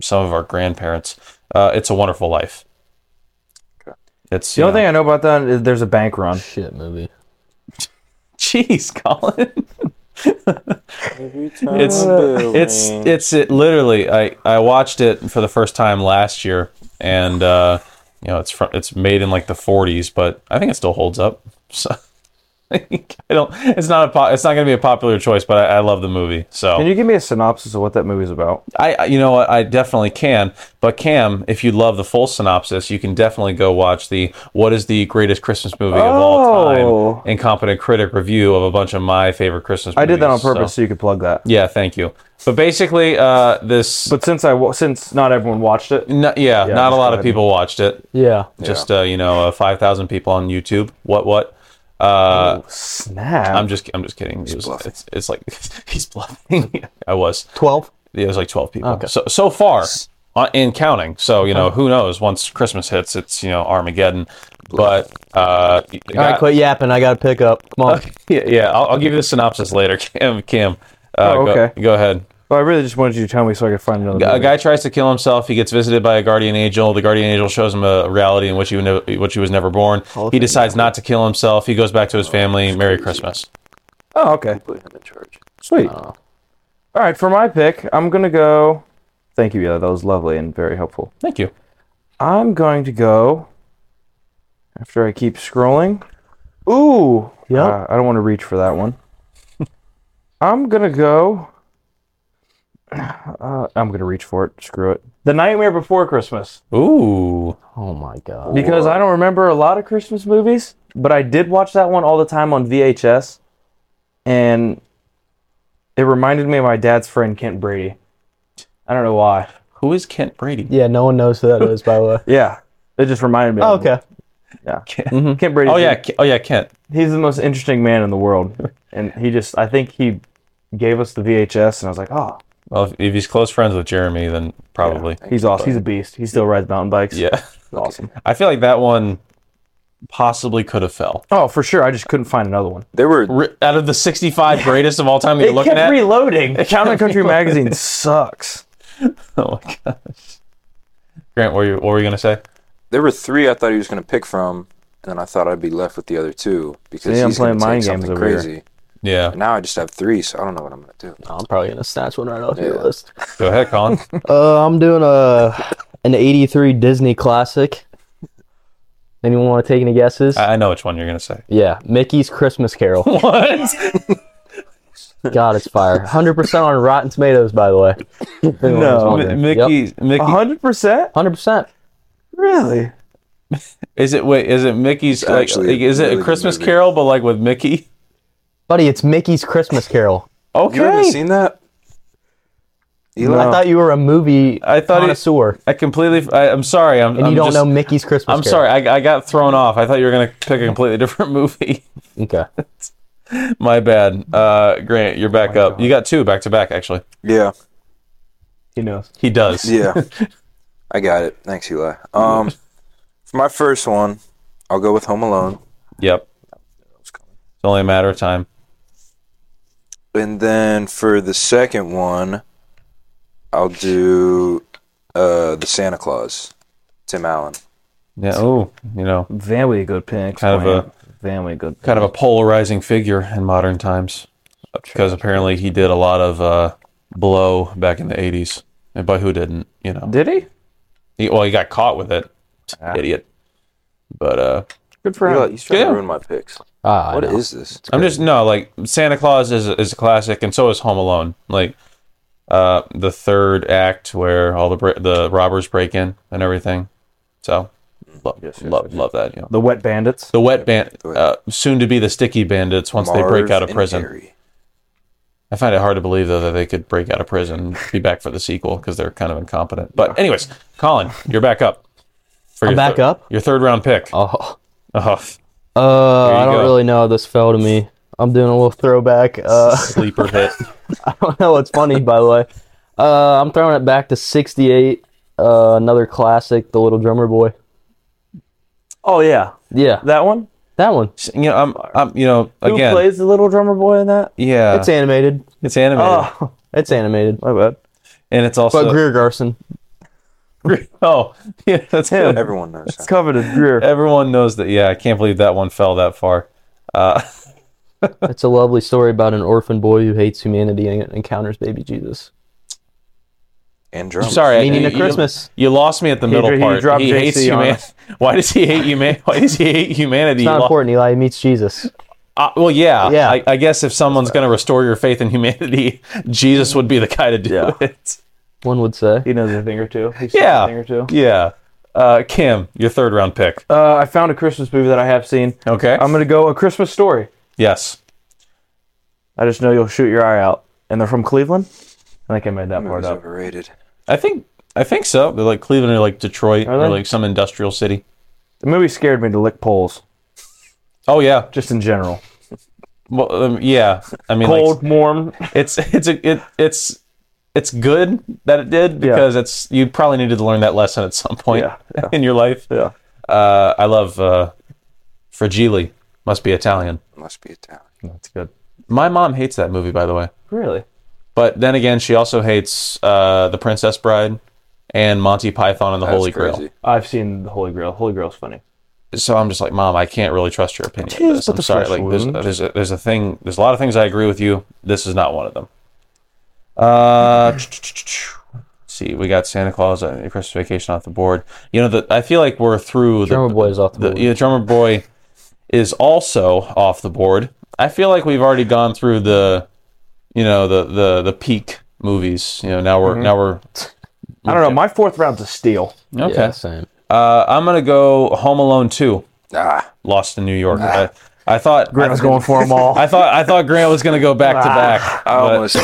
Speaker 1: some of our grandparents. Uh, it's a Wonderful Life.
Speaker 3: Okay.
Speaker 1: It's
Speaker 2: The
Speaker 1: you
Speaker 2: only
Speaker 1: know-
Speaker 2: thing I know about that is there's a bank run.
Speaker 4: Shit movie.
Speaker 1: Jeez, Colin. it's it's it's it literally. I I watched it for the first time last year, and uh, you know it's from it's made in like the 40s, but I think it still holds up. So I don't. It's not a po- it's not going to be a popular choice, but I, I love the movie. So
Speaker 2: Can you give me a synopsis of what that movie's about?
Speaker 1: I, I- you know what, I definitely can. But Cam, if you love the full synopsis, you can definitely go watch the "What is the greatest Christmas movie of all
Speaker 2: Oh.
Speaker 1: time?" Incompetent critic review of a bunch of my favorite Christmas. movies.
Speaker 2: I did that on
Speaker 1: so-
Speaker 2: purpose so, you could plug that.
Speaker 1: yeah, thank you. But basically, uh, this.
Speaker 2: But since I wa- since not everyone watched it,
Speaker 1: no- yeah, not
Speaker 2: just
Speaker 1: a lot
Speaker 2: go
Speaker 1: of
Speaker 2: ahead.
Speaker 1: people watched it.
Speaker 4: Yeah.
Speaker 1: Just uh, you know, uh, five thousand people on YouTube. What what? Uh,
Speaker 2: snap.
Speaker 1: I'm just I'm just kidding. It was-
Speaker 3: bluffing.
Speaker 1: it's, it's like he's bluffing. I was.
Speaker 4: 12?
Speaker 1: Yeah, it was like 12 people. So so far uh, in counting. So, you know, who knows once Christmas hits, it's, you know, Armageddon. But uh you
Speaker 4: All right,
Speaker 1: got-
Speaker 4: quit yapping. I got to pick up. Come on.
Speaker 1: yeah, yeah, I'll, I'll give you the synopsis later, Kim. Kim, uh,
Speaker 2: Oh,
Speaker 1: go-
Speaker 2: okay.
Speaker 1: go, ahead.
Speaker 2: well, I really just wanted you to tell me so I could find another.
Speaker 1: A
Speaker 2: movie.
Speaker 1: guy tries to kill himself. He gets visited by a guardian angel. The guardian angel shows him a reality in which he, would nev- which he was never born. He decides not to kill himself. He goes back to his family. Merry Christmas.
Speaker 2: oh, okay.
Speaker 3: Put him in charge.
Speaker 2: Sweet. All right, for my pick, I'm gonna go. Thank you, yeah, that was lovely and very helpful.
Speaker 1: Thank you.
Speaker 2: I'm going to go after I keep scrolling. Ooh,
Speaker 4: Yep.
Speaker 2: uh, I don't want to reach for that one. I'm gonna go. Uh, I'm gonna reach for it. Screw it. The Nightmare Before Christmas
Speaker 1: Ooh.
Speaker 4: Oh, my God.
Speaker 2: because I don't remember a lot of Christmas movies, but I did watch that one all the time on VHS, and it reminded me of my dad's friend Kent Brady. I don't know why.
Speaker 1: Who is Kent Brady?
Speaker 4: Yeah, no one knows who that is, by the way.
Speaker 2: Yeah, it just reminded me.
Speaker 4: Oh,
Speaker 2: of him.
Speaker 4: okay.
Speaker 2: Kent Mm-hmm. Brady.
Speaker 1: Oh, yeah. Ke- Oh, yeah, Kent.
Speaker 2: he's the most interesting man in the world, and he just I think he gave us the VHS, and I was like, oh,
Speaker 1: Well, if, if he's close friends with Jeremy, then probably.
Speaker 2: he's awesome. He's a beast. He still rides mountain bikes.
Speaker 1: Yeah.
Speaker 2: awesome.
Speaker 1: I feel like that one possibly could have fell.
Speaker 2: Oh, for sure. I just couldn't find another one.
Speaker 3: There were
Speaker 1: R- out of the 65 greatest of all time that you're
Speaker 2: It
Speaker 1: looking
Speaker 2: kept
Speaker 1: at.
Speaker 2: reloading. Counter Country Magazine sucks.
Speaker 1: oh my gosh. Grant, what were you, what were you going to say?
Speaker 3: there were three I thought he was going to pick from, and then I thought I'd be left with the other two because
Speaker 2: See, I'm
Speaker 3: he's
Speaker 2: playing
Speaker 3: going to take
Speaker 2: mind games
Speaker 3: something
Speaker 2: over here.
Speaker 3: crazy.
Speaker 1: Yeah.
Speaker 3: And now I just have three, so I don't know what I'm going to do.
Speaker 4: I'm probably going to snatch one right off your
Speaker 3: Yeah.
Speaker 4: list.
Speaker 1: Go ahead, Colin.
Speaker 4: Uh, I'm doing a an 83 Disney classic. Anyone want to take any guesses?
Speaker 1: I I know which one you're going to say.
Speaker 4: yeah, Mickey's Christmas Carol.
Speaker 1: What?
Speaker 4: God, it's fire. 100% on Rotten Tomatoes, by the way.
Speaker 2: No.
Speaker 1: M- Mickey, Mickey,
Speaker 3: Uh-huh.
Speaker 2: hundred percent.
Speaker 4: 100%.
Speaker 2: Really?
Speaker 1: is it, wait, is it Mickey's,
Speaker 3: It's
Speaker 1: like,
Speaker 3: actually
Speaker 1: like, is
Speaker 3: a
Speaker 1: it
Speaker 3: really
Speaker 1: a
Speaker 3: good
Speaker 1: Christmas
Speaker 3: movie.
Speaker 1: carol, but like with Mickey?
Speaker 4: Buddy, it's Mickey's Christmas Carol.
Speaker 1: Okay.
Speaker 3: You haven't seen that? Eli?
Speaker 4: I thought you were a movie
Speaker 1: I thought it-
Speaker 4: connoisseur,
Speaker 1: I completely, I, I'm sorry. I'm,
Speaker 4: and
Speaker 1: I'm
Speaker 4: you don't
Speaker 1: just-
Speaker 4: know Mickey's Christmas
Speaker 1: I'm
Speaker 4: Carol.
Speaker 1: sorry. I, I got thrown off. I thought you were going to pick a completely different movie.
Speaker 4: Okay.
Speaker 1: My bad. Uh, Grant, you're back up. You got two back to back, actually.
Speaker 3: Yeah,
Speaker 2: He knows.
Speaker 1: He does.
Speaker 3: yeah. I got it. Thanks, Eli. Um, for my first one, I'll go with Home Alone,
Speaker 1: Yep. It's only a matter of time.
Speaker 3: and then for the second one, I'll do uh, the Santa Claus, Tim Allen.
Speaker 1: Yeah. Oh, you know,
Speaker 2: Very good pick.
Speaker 1: Kind of
Speaker 2: Grant. very good.
Speaker 1: kind of a polarizing figure in modern times because apparently he did a lot of uh, blow back in the 80s. And by who didn't, you know?
Speaker 2: Did he?
Speaker 1: He, well, he got caught with it. Idiot. But uh,
Speaker 2: Good for
Speaker 3: Eli,
Speaker 2: him.
Speaker 3: he's trying
Speaker 1: Yeah.
Speaker 3: to ruin my picks.
Speaker 4: Ah, I
Speaker 3: What
Speaker 4: know.
Speaker 3: is this?
Speaker 1: I'm just, no, like Santa Claus is, is a classic and so is Home Alone. Like, uh, the third act where all the br- the robbers break in and everything, so
Speaker 2: Mm.
Speaker 1: love love, love that. You know,
Speaker 2: The Wet Bandits.
Speaker 1: The wet band, uh, soon to be the sticky bandits once they break
Speaker 3: Marv
Speaker 1: out of
Speaker 3: and
Speaker 1: prison.
Speaker 3: Harry.
Speaker 1: I find it hard to believe though that they could break out of prison and be back for the sequel because they're kind of incompetent. But anyways, Colin, you're back up. For
Speaker 4: I'm
Speaker 1: your
Speaker 4: back
Speaker 1: thir-
Speaker 4: up?
Speaker 1: Your third round pick.
Speaker 4: Oh,
Speaker 1: Oh,
Speaker 4: uh,
Speaker 1: you
Speaker 4: I don't
Speaker 1: go.
Speaker 4: really know how this fell to me. I'm doing a little throwback. Uh,
Speaker 1: sleeper hit.
Speaker 4: I don't know what's funny, by the way. Uh, I'm throwing it back to 68. Uh, another classic, The Little Drummer Boy.
Speaker 2: Oh yeah,
Speaker 4: Yeah,
Speaker 2: that one.
Speaker 4: that one.
Speaker 1: You know, I'm, I'm, you know,
Speaker 2: Who
Speaker 1: again,
Speaker 2: plays the little drummer boy in that?
Speaker 1: yeah,
Speaker 4: It's animated.
Speaker 1: it's animated,
Speaker 2: Oh,
Speaker 4: It's animated.
Speaker 2: my bad.
Speaker 1: and it's
Speaker 4: But
Speaker 1: also
Speaker 4: Greer Garson.
Speaker 1: oh, yeah, that's him.
Speaker 3: Everyone knows
Speaker 2: It's
Speaker 3: that.
Speaker 2: covered in Greer.
Speaker 1: Everyone knows that. Yeah, I can't believe that one fell that far. Uh,
Speaker 4: It's a lovely story about an orphan boy who hates humanity and encounters baby Jesus.
Speaker 3: And drums.
Speaker 1: sorry,
Speaker 4: Meaning
Speaker 1: you-
Speaker 4: of Christmas.
Speaker 1: You lost me at the middle
Speaker 2: he
Speaker 1: part.
Speaker 2: dropped
Speaker 1: he
Speaker 2: JC
Speaker 1: hates
Speaker 2: on
Speaker 1: humanity.
Speaker 2: us.
Speaker 1: Why does he hate humanity? Why does he hate humanity?
Speaker 4: It's
Speaker 1: You
Speaker 4: not
Speaker 1: lo-
Speaker 4: important, Eli. He meets Jesus.
Speaker 1: Uh, well, yeah,
Speaker 4: Yeah.
Speaker 1: I, I guess if someone's going to restore your faith in humanity, Jesus would be the guy to do
Speaker 2: Yeah.
Speaker 1: it.
Speaker 4: One would say.
Speaker 2: He knows a thing or two. He's
Speaker 1: Yeah.
Speaker 2: a thing or two.
Speaker 1: Yeah. Uh, Kim, your third round pick.
Speaker 2: Uh, I found a Christmas movie that I have seen.
Speaker 1: Okay.
Speaker 2: I'm gonna go A Christmas Story.
Speaker 1: yes.
Speaker 2: I just know you'll shoot your eye out. And they're from Cleveland. I think I made that part
Speaker 3: It's
Speaker 2: up.
Speaker 3: overrated.
Speaker 1: I think I think so. They're like Cleveland or like Detroit
Speaker 2: they?
Speaker 1: or like some industrial city.
Speaker 2: The movie scared me to lick poles,
Speaker 1: Oh yeah.
Speaker 2: just in general.
Speaker 1: Well, um, yeah. I mean, like,
Speaker 2: Cold, warm.
Speaker 1: it's it's a, it it's it's good that it did
Speaker 2: Yeah.
Speaker 1: because it's you probably needed to learn that lesson at some point
Speaker 2: Yeah,
Speaker 1: in your life.
Speaker 2: Yeah.
Speaker 1: Uh, I love uh, Fragile. Must be Italian.
Speaker 3: Must be Italian.
Speaker 2: That's good.
Speaker 1: My mom hates that movie, by the way.
Speaker 2: Really?
Speaker 1: But then again, she also hates uh, the Princess Bride and Monty Python and the Holy
Speaker 3: That's crazy.
Speaker 1: Grail.
Speaker 2: I've seen The Holy Grail. Holy Grail's funny.
Speaker 1: So I'm just like, Mom, I can't really trust your opinion.
Speaker 2: Tis
Speaker 1: on this.
Speaker 2: but
Speaker 1: I'm
Speaker 2: the
Speaker 1: sorry.
Speaker 2: flesh
Speaker 1: Like, there's,
Speaker 2: wound.
Speaker 1: there's a there's a thing. There's a lot of things I agree with you. This is not one of them. Uh, let's see, we got Santa Claus and Christmas Vacation off the board. You know, the, I feel like we're through
Speaker 4: Drummer
Speaker 1: the,
Speaker 4: Boy is off the
Speaker 1: the,
Speaker 4: board.
Speaker 1: yeah, drummer boy is also off the board. I feel like we've already gone through the, you know, the the the peak movies. You know, now
Speaker 4: Mm-hmm.
Speaker 1: we're now we're
Speaker 2: I don't know. My fourth round's a steal.
Speaker 1: okay.
Speaker 4: Yeah, same.
Speaker 1: Uh, I'm gonna go Home Alone two,
Speaker 3: Ah,
Speaker 1: Lost in New York.
Speaker 4: Ah.
Speaker 1: I, I thought
Speaker 2: I was going for them all.
Speaker 1: I thought I thought Grant was gonna go back to back,
Speaker 3: I almost.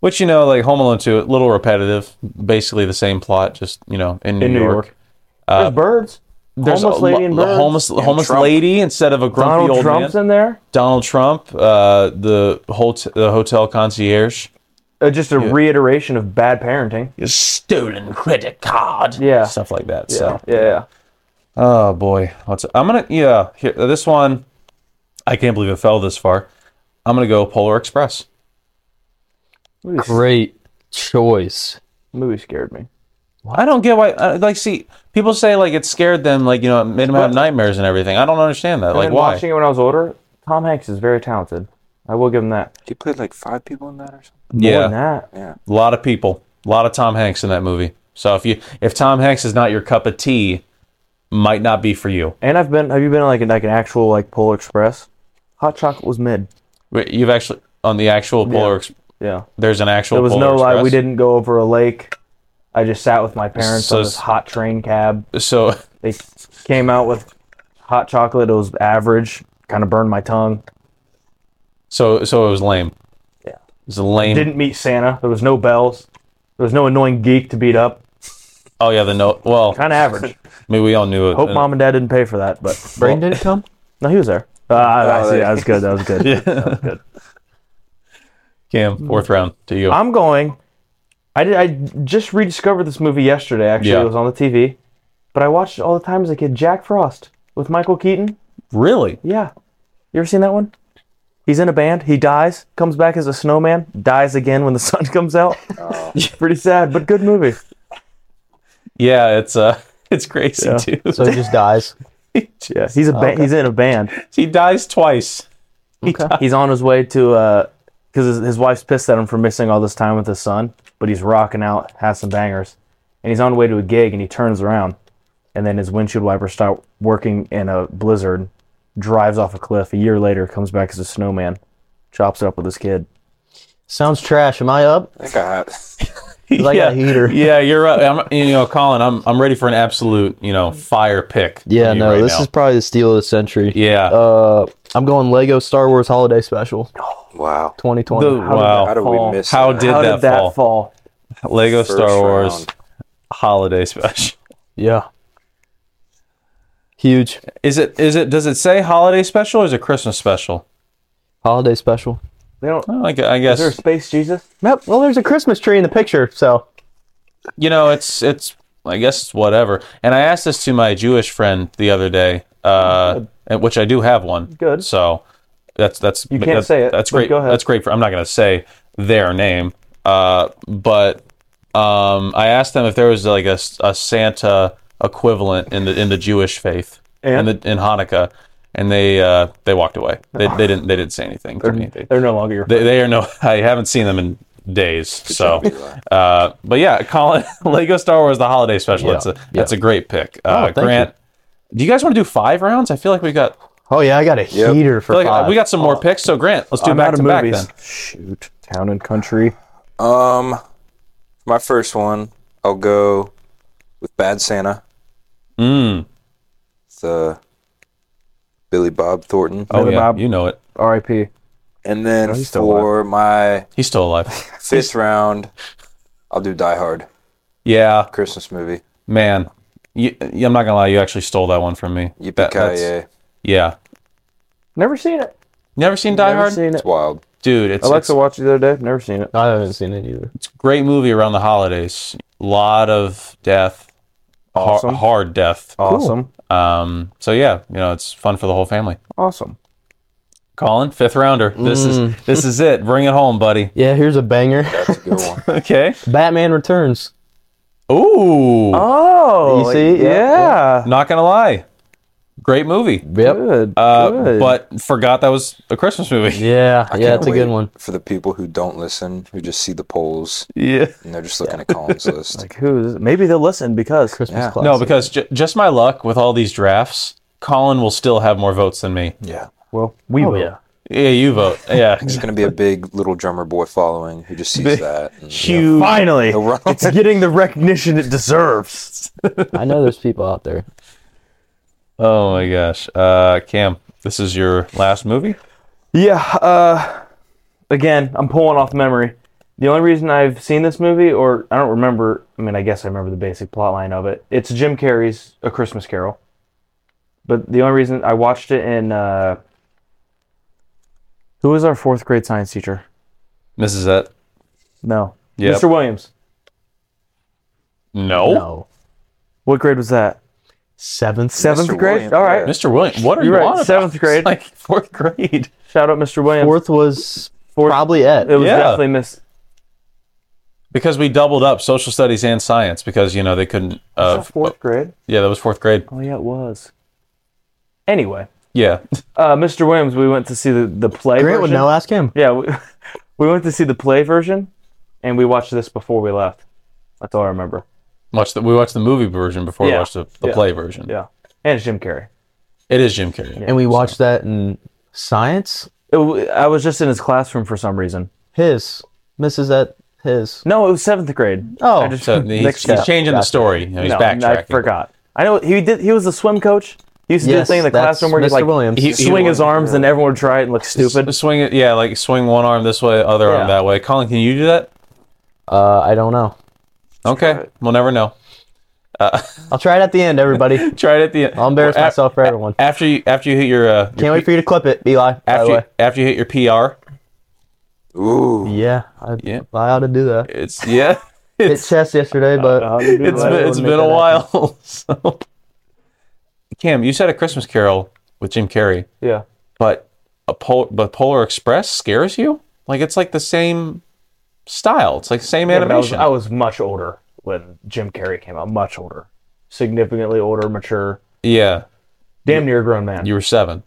Speaker 1: which you know, like Home Alone two, a little repetitive, basically the same plot, just you know, in New,
Speaker 2: in New
Speaker 1: York.
Speaker 2: York. Uh, There's birds.
Speaker 1: There's
Speaker 2: homeless
Speaker 1: a,
Speaker 2: lady and
Speaker 1: the
Speaker 2: birds.
Speaker 1: homeless homeless
Speaker 3: Trump.
Speaker 1: lady instead of a grumpy
Speaker 2: Donald
Speaker 1: old
Speaker 2: Trump's
Speaker 1: man.
Speaker 2: in there.
Speaker 1: Donald Trump, uh, the hot the hotel concierge,
Speaker 2: Uh, just a reiteration of bad parenting.
Speaker 1: your stolen credit card,
Speaker 2: Yeah.
Speaker 1: stuff like that.
Speaker 2: Yeah.
Speaker 1: So,
Speaker 2: Yeah. yeah.
Speaker 1: oh boy, what's I'm gonna yeah here, this one, I can't believe it fell this far. I'm gonna go Polar Express.
Speaker 2: Movie,
Speaker 4: Great choice.
Speaker 2: movie scared me.
Speaker 1: I don't get why. I, like, see, people say like it scared them, like you know, it made them have nightmares and everything. I don't understand that. Like,
Speaker 2: and
Speaker 1: why?
Speaker 2: Watching it when I was older, Tom Hanks is very talented. I will give him that.
Speaker 3: he played like five people in that or something.
Speaker 2: More
Speaker 1: yeah,
Speaker 2: than that.
Speaker 3: Yeah.
Speaker 1: a lot of people, a lot of Tom Hanks in that movie. So if you, if Tom Hanks is not your cup of tea, might not be for you.
Speaker 2: And I've been. Have you been like in like an actual like Polar Express? Hot chocolate was mid.
Speaker 1: Wait, You've actually on the actual Polar. Ex-
Speaker 2: Yeah.
Speaker 1: there's an actual.
Speaker 2: There was
Speaker 1: Polar
Speaker 2: no like
Speaker 1: Express.
Speaker 2: we didn't go over a lake. I just sat with my parents
Speaker 1: So
Speaker 2: on this
Speaker 1: s-
Speaker 2: hot train cab.
Speaker 1: So
Speaker 2: They came out with hot chocolate. It was average. Kind of burned my tongue.
Speaker 1: so so it was lame.
Speaker 2: Yeah.
Speaker 1: It was a lame.
Speaker 2: Didn't meet Santa. There was no bells. There was no annoying geek to beat up.
Speaker 1: oh yeah, the no. Well, I
Speaker 2: Kind of average.
Speaker 1: mean, we all knew it.
Speaker 2: Hope mom and dad didn't pay for that, but
Speaker 4: Brain didn't come?
Speaker 2: no, he was there. Uh, I, I
Speaker 3: Oh,
Speaker 2: see.
Speaker 3: they-
Speaker 2: That was good. That was good.
Speaker 1: Cam, fourth round to you.
Speaker 2: I'm going. I did. I just rediscovered this movie yesterday. Actually,
Speaker 1: Yeah.
Speaker 2: it was on the TV, but I watched it all the time as a kid. Jack Frost with Michael Keaton.
Speaker 1: really?
Speaker 2: Yeah, you ever seen that one? He's in a band. He dies. Comes back as a snowman. Dies again when the sun comes out.
Speaker 3: Oh.
Speaker 2: Pretty sad, but good movie.
Speaker 1: Yeah, it's uh, it's crazy too.
Speaker 4: So he just dies.
Speaker 2: Yeah, he's a ba- he's in a band.
Speaker 1: He dies twice.
Speaker 2: He's on his way to uh, because his, his wife's pissed at him for missing all this time with his son, but he's rocking out, has some bangers, and he's on the way to a gig, and he turns around, and then his windshield wipers start working in a blizzard, drives off a cliff. A year later, comes back as a snowman, chops it up with his kid.
Speaker 4: Sounds trash. Am I up?
Speaker 3: I think I had.
Speaker 4: Like
Speaker 1: yeah,
Speaker 4: a heater.
Speaker 1: Yeah, you're right. I'm, you know, Colin, I'm I'm ready for an absolute, you know, fire pick.
Speaker 4: Yeah,
Speaker 1: from you
Speaker 4: no,
Speaker 1: right
Speaker 4: this
Speaker 1: now.
Speaker 4: is probably the steal of the century.
Speaker 1: yeah.
Speaker 2: Oh,
Speaker 4: Uh, I'm going Lego Star Wars Holiday Special
Speaker 3: Wow.
Speaker 4: 2020.
Speaker 1: wow.
Speaker 3: How did
Speaker 2: Paul,
Speaker 3: we miss?
Speaker 1: how
Speaker 3: that?
Speaker 1: did-
Speaker 2: How
Speaker 1: that
Speaker 2: did that
Speaker 1: fall?
Speaker 2: fall?
Speaker 1: Lego
Speaker 3: First
Speaker 1: Star Wars
Speaker 3: round.
Speaker 1: holiday special.
Speaker 4: Yeah. Huge
Speaker 1: Is it? Is it? Does it say holiday special or is it Christmas special?
Speaker 4: holiday special.
Speaker 2: They don't.
Speaker 1: Well, I, gu- I
Speaker 2: Is there a
Speaker 1: guess
Speaker 2: space Jesus?
Speaker 4: Yep. Well, there's a Christmas tree in the picture, so
Speaker 1: you know it's it's. I guess it's whatever. And I asked this to my Jewish friend the other day, uh, and- which I do have one.
Speaker 2: Good.
Speaker 1: So that's that's you
Speaker 2: can't say it,
Speaker 1: That's
Speaker 2: but
Speaker 1: great.
Speaker 2: go ahead.
Speaker 1: That's great. For, I'm not going to say their name, uh, but um, I asked them if there was like a, a Santa equivalent in the in the Jewish faith
Speaker 2: And?
Speaker 1: in the in Hanukkah, and they uh, they walked away. They, they didn't they didn't say anything to me. They,
Speaker 2: They're no longer your.
Speaker 1: they, they are no. I haven't seen them in days. So,
Speaker 3: job, Eli.
Speaker 1: uh, but yeah, Colin, Lego Star Wars the holiday special.
Speaker 4: Yeah,
Speaker 1: That's a that's a great pick.
Speaker 4: Oh,
Speaker 1: Uh,
Speaker 4: thank you.
Speaker 1: Grant, do you guys want to do five rounds? I feel like we got
Speaker 4: Oh yeah, I got a
Speaker 3: Yep.
Speaker 4: heater
Speaker 1: I
Speaker 4: for
Speaker 1: feel like
Speaker 4: five.
Speaker 1: uh, we got some more picks. So Grant, let's do
Speaker 2: Oh. I'm
Speaker 1: back
Speaker 2: out of
Speaker 1: to back
Speaker 2: movies.
Speaker 1: then.
Speaker 2: Shoot, town and country.
Speaker 3: Um, my first one, I'll go with Bad Santa.
Speaker 1: Mm.
Speaker 3: It's uh, Billy Bob Thornton.
Speaker 1: Oh
Speaker 2: Billy
Speaker 1: yeah,
Speaker 2: Bob.
Speaker 1: you know it.
Speaker 2: R.I.P.
Speaker 3: And then
Speaker 2: he's still
Speaker 3: for my
Speaker 1: He's still alive.
Speaker 3: fifth round, I'll do Die Hard,
Speaker 1: yeah,
Speaker 3: Christmas movie.
Speaker 1: man. You, I'm not gonna lie. You actually stole that one from me. That-
Speaker 3: Yippee
Speaker 1: that's-
Speaker 3: ki
Speaker 1: yeah.
Speaker 2: Never seen it.
Speaker 1: Never seen Die
Speaker 2: Never
Speaker 1: Hard,
Speaker 2: seen it.
Speaker 3: It's wild.
Speaker 1: dude. It's, it's
Speaker 2: Alexa watched it the other day. Never seen it.
Speaker 4: I haven't seen it either.
Speaker 1: it's a great movie around the holidays. A lot of death, har-
Speaker 2: Awesome.
Speaker 1: hard death.
Speaker 2: Awesome.
Speaker 1: Um, so yeah, you know, it's fun for the whole family.
Speaker 2: Awesome.
Speaker 1: Colin, fifth rounder. This
Speaker 2: Mm.
Speaker 1: is this is it. Bring it home, buddy.
Speaker 4: Yeah, here's a banger.
Speaker 3: That's a good one.
Speaker 1: Okay.
Speaker 4: Batman Returns.
Speaker 1: Ooh.
Speaker 2: Oh,
Speaker 4: You see? Yeah,
Speaker 2: Yeah.
Speaker 1: Not gonna lie. Great movie.
Speaker 4: Yep.
Speaker 2: Good.
Speaker 1: Uh,
Speaker 2: good.
Speaker 1: but forgot that was a Christmas movie.
Speaker 4: Yeah,
Speaker 3: I
Speaker 4: yeah,
Speaker 3: can't
Speaker 4: it's a
Speaker 3: wait
Speaker 4: good one.
Speaker 3: For the people who don't listen, who just see the polls
Speaker 1: Yeah.
Speaker 3: and they're just looking at Colin's list.
Speaker 2: like who? Is it? Maybe they'll listen because
Speaker 4: Christmas
Speaker 3: Yeah.
Speaker 4: classic.
Speaker 1: No, because j- just my luck with all these drafts, Colin will still have more votes than me.
Speaker 3: Yeah.
Speaker 2: well, we
Speaker 4: oh
Speaker 2: will.
Speaker 4: yeah.
Speaker 1: Yeah, you vote. Yeah.
Speaker 3: There's going to be a big little drummer boy following who just sees
Speaker 1: Big-
Speaker 3: that. And,
Speaker 1: Huge.
Speaker 2: Finally,
Speaker 3: They'll run
Speaker 2: it's getting the recognition it deserves.
Speaker 4: I know there's people out there.
Speaker 1: Oh my gosh. Uh, Cam, this is your last movie.
Speaker 2: Yeah, uh again, I'm pulling off memory. The only reason I've seen this movie or I don't remember, I mean I guess I remember the basic plot line of it. It's Jim Carrey's A Christmas Carol. But the only reason I watched it in uh Who was our 4th grade science teacher?
Speaker 1: Mrs. That.
Speaker 2: No.
Speaker 1: Yep.
Speaker 2: Mr. Williams.
Speaker 1: No.
Speaker 4: No,
Speaker 2: What grade was that?
Speaker 4: seventh.
Speaker 2: 7th
Speaker 3: Mr.
Speaker 2: grade.
Speaker 3: Williams,
Speaker 2: All right.
Speaker 3: yeah.
Speaker 1: Mr. Williams, what are
Speaker 2: You're
Speaker 1: you
Speaker 2: right,
Speaker 1: on about?
Speaker 2: seventh
Speaker 1: It's
Speaker 2: grade.
Speaker 1: like fourth grade.
Speaker 2: Shout out Mr. Williams.
Speaker 4: Fourth was
Speaker 2: Fourth-
Speaker 4: probably it.
Speaker 2: it was
Speaker 1: yeah.
Speaker 2: definitely Miss
Speaker 1: Because we doubled up social studies and science because you know they couldn't. Uh,
Speaker 2: Was that 4th grade.
Speaker 1: yeah, that was fourth grade.
Speaker 2: Oh yeah, it was. Anyway,
Speaker 1: Yeah,
Speaker 2: uh, Mr. Williams, we went to see the the play
Speaker 4: Grant would
Speaker 2: version.
Speaker 4: know. Ask him.
Speaker 2: Yeah, we, we went to see the play version, and we watched this before we left. That's all I remember.
Speaker 1: watch the, we watched the movie version before we
Speaker 2: Yeah.
Speaker 1: watched the, the
Speaker 2: Yeah.
Speaker 1: play version.
Speaker 2: Yeah, and it's Jim Carrey.
Speaker 1: It is Jim Carrey.
Speaker 4: And we watched that in science.
Speaker 2: It w- I was just in his classroom for some reason.
Speaker 4: His misses at his.
Speaker 2: No, it was seventh grade.
Speaker 4: Oh,
Speaker 2: I just
Speaker 1: So he's,
Speaker 2: mixed
Speaker 1: he's
Speaker 2: up.
Speaker 1: changing the story. You know, he's
Speaker 2: no, I
Speaker 1: backtracking.
Speaker 2: forgot. I know he did. He was the swim coach. He used to do
Speaker 4: yes,
Speaker 2: the thing in the
Speaker 4: that's
Speaker 2: classroom where
Speaker 4: Mr.
Speaker 2: he'd like
Speaker 4: Williams.
Speaker 1: He-
Speaker 2: swing his arms, and everyone would try it and look stupid.
Speaker 1: S- Swing it, yeah, like swing one arm this way, other
Speaker 2: Yeah.
Speaker 1: arm that way. Colin, can you do that?
Speaker 4: uh, I don't know.
Speaker 1: Okay,
Speaker 3: try it.
Speaker 1: we'll never know.
Speaker 4: I'll try it at the end, everybody.
Speaker 1: Try it at the end.
Speaker 4: I'll embarrass
Speaker 1: Well, a-
Speaker 4: myself for everyone.
Speaker 1: after you. After you hit your. Uh, your
Speaker 4: Can't wait for you to clip it, Eli. By the
Speaker 1: after you,
Speaker 4: way.
Speaker 1: after you hit your PR,
Speaker 3: Ooh.
Speaker 4: Yeah, I,
Speaker 1: Yeah.
Speaker 4: I ought to do that.
Speaker 1: it's yeah.
Speaker 4: Hit chest yesterday, but
Speaker 2: Uh, dude,
Speaker 1: It's
Speaker 2: like-
Speaker 1: been,
Speaker 4: wouldn't
Speaker 1: it's
Speaker 4: make
Speaker 1: been a
Speaker 4: that
Speaker 1: while. So, Cam, you said a Christmas Carol with Jim Carrey,
Speaker 2: yeah.
Speaker 1: but a Pol- but Polar Express scares you. Like it's like the same style. It's like same
Speaker 2: Yeah, but I was,
Speaker 1: animation.
Speaker 2: I was much older when Jim Carrey came out. Much older, significantly older, mature,
Speaker 1: yeah,
Speaker 2: damn near a grown man.
Speaker 1: you were seven,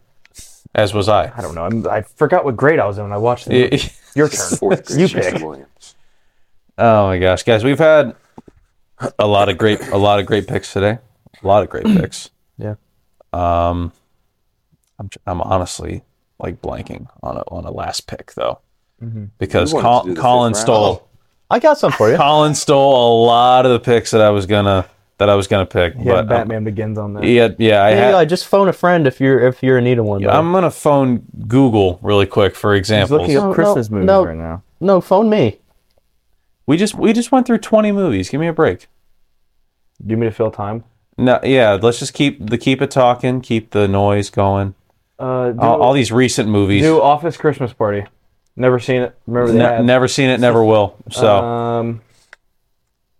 Speaker 1: as was I.
Speaker 2: I don't know. I'm, I forgot what grade I was in when I watched the movie.
Speaker 1: Yeah.
Speaker 2: Your turn.
Speaker 3: Fourth grade.
Speaker 2: You
Speaker 3: Mr.
Speaker 2: pick.
Speaker 3: Williams.
Speaker 1: Oh my gosh, guys, we've had a lot of great a lot of great picks today. A lot of great picks.
Speaker 4: Yeah.
Speaker 1: Um, I'm tr- I'm honestly like blanking on a on a last pick though, because
Speaker 3: We wanted
Speaker 1: Col-
Speaker 3: to do the
Speaker 1: Colin
Speaker 3: fifth round.
Speaker 1: stole.
Speaker 4: I got some for you.
Speaker 1: Colin stole a lot of the picks that I was gonna that I was gonna pick.
Speaker 2: Yeah,
Speaker 1: but um,
Speaker 2: Batman Begins on that.
Speaker 1: yeah, yeah, I
Speaker 4: Hey,
Speaker 1: had.
Speaker 4: Eli, just phone a friend if you're if you're in need of one. buddy.
Speaker 1: I'm gonna phone Google really quick for examples.
Speaker 4: up- No, Christmas no, movies no. right
Speaker 2: now.
Speaker 4: no, phone me.
Speaker 1: we just we just went through 20 movies. Give me a break.
Speaker 2: Do you mean to fill time?
Speaker 1: No, yeah. Let's just keep the keep it talking, keep the noise going.
Speaker 2: Uh, do,
Speaker 1: All, all these recent movies,
Speaker 2: do Office Christmas Party. Never seen it. Remember
Speaker 1: Ne-
Speaker 2: that?
Speaker 1: never seen it, never will. So
Speaker 2: Um,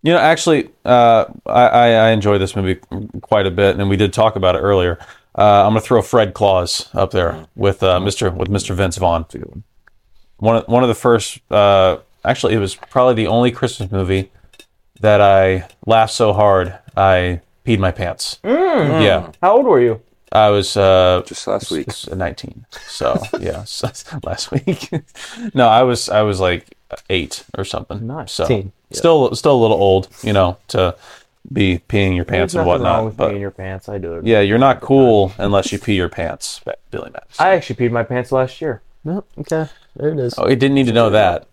Speaker 1: you know, actually, uh, I, I I enjoy this movie quite a bit, and we did talk about it earlier. Uh, I'm gonna throw Fred Claus up there with uh, Mr. with Mr. Vince Vaughn. One of, one of the first, uh, actually, it was probably the only Christmas movie that I laughed so hard I peed my pants. Yeah,
Speaker 2: how old were you?
Speaker 1: I was uh,
Speaker 3: Just last week.
Speaker 1: s- 19. So yeah, so last week. no, I was I was like eight or something.
Speaker 2: Nice.
Speaker 1: So
Speaker 4: Teen,
Speaker 1: still still a little old, you know, to be peeing your pants
Speaker 2: There's
Speaker 1: and
Speaker 2: nothing
Speaker 1: whatnot.
Speaker 2: wrong with
Speaker 1: But
Speaker 2: peeing your pants. I do it.
Speaker 1: yeah, you're not cool unless you pee your pants, Ba- Billy Madison.
Speaker 2: I actually peed my pants last year.
Speaker 4: Nope. Okay. There it is.
Speaker 1: Oh, you didn't need to know that.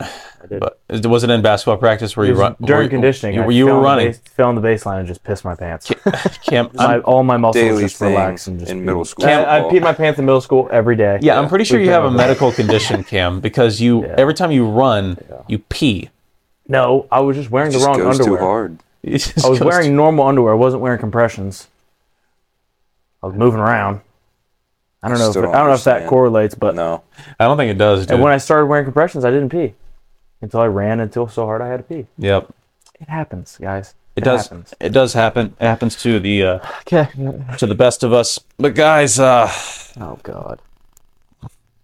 Speaker 1: But it- was it in basketball practice where you
Speaker 2: It was
Speaker 1: run
Speaker 2: during
Speaker 1: where-
Speaker 2: conditioning.
Speaker 1: You,
Speaker 2: I
Speaker 1: you
Speaker 2: fell
Speaker 1: were
Speaker 2: on the
Speaker 1: running.
Speaker 2: Base, fell on the baseline and just pissed my pants.
Speaker 1: Cam-
Speaker 2: my,
Speaker 1: I'm-
Speaker 2: all my muscles
Speaker 3: Daily
Speaker 2: just
Speaker 3: thing
Speaker 2: relaxed and just
Speaker 3: in
Speaker 2: pee.
Speaker 3: middle school.
Speaker 2: I, I
Speaker 3: football.
Speaker 2: peed my pants in middle school every day.
Speaker 1: yeah, I'm pretty sure
Speaker 2: We've
Speaker 1: you
Speaker 2: been
Speaker 1: have a
Speaker 2: over
Speaker 1: medical condition, Cam, because you every time you run, you pee.
Speaker 2: No, I was just wearing the
Speaker 3: Just
Speaker 2: wrong
Speaker 3: goes
Speaker 2: underwear.
Speaker 3: too hard.
Speaker 1: It just
Speaker 2: I was
Speaker 1: goes
Speaker 2: wearing normal underwear. I wasn't wearing compressions. I was moving around. I don't know. If,
Speaker 3: Still don't
Speaker 2: I don't know if that
Speaker 3: understand.
Speaker 2: correlates, but
Speaker 3: No.
Speaker 1: to- I don't think it does, dude.
Speaker 2: and when I started wearing compressions, I didn't pee until I ran until so hard I had to pee.
Speaker 1: yep.
Speaker 2: It happens, guys.
Speaker 1: It does.
Speaker 2: Happens.
Speaker 1: It does happen. It happens to the uh,
Speaker 4: Okay.
Speaker 1: to the best of us. But guys, uh,
Speaker 4: Oh God.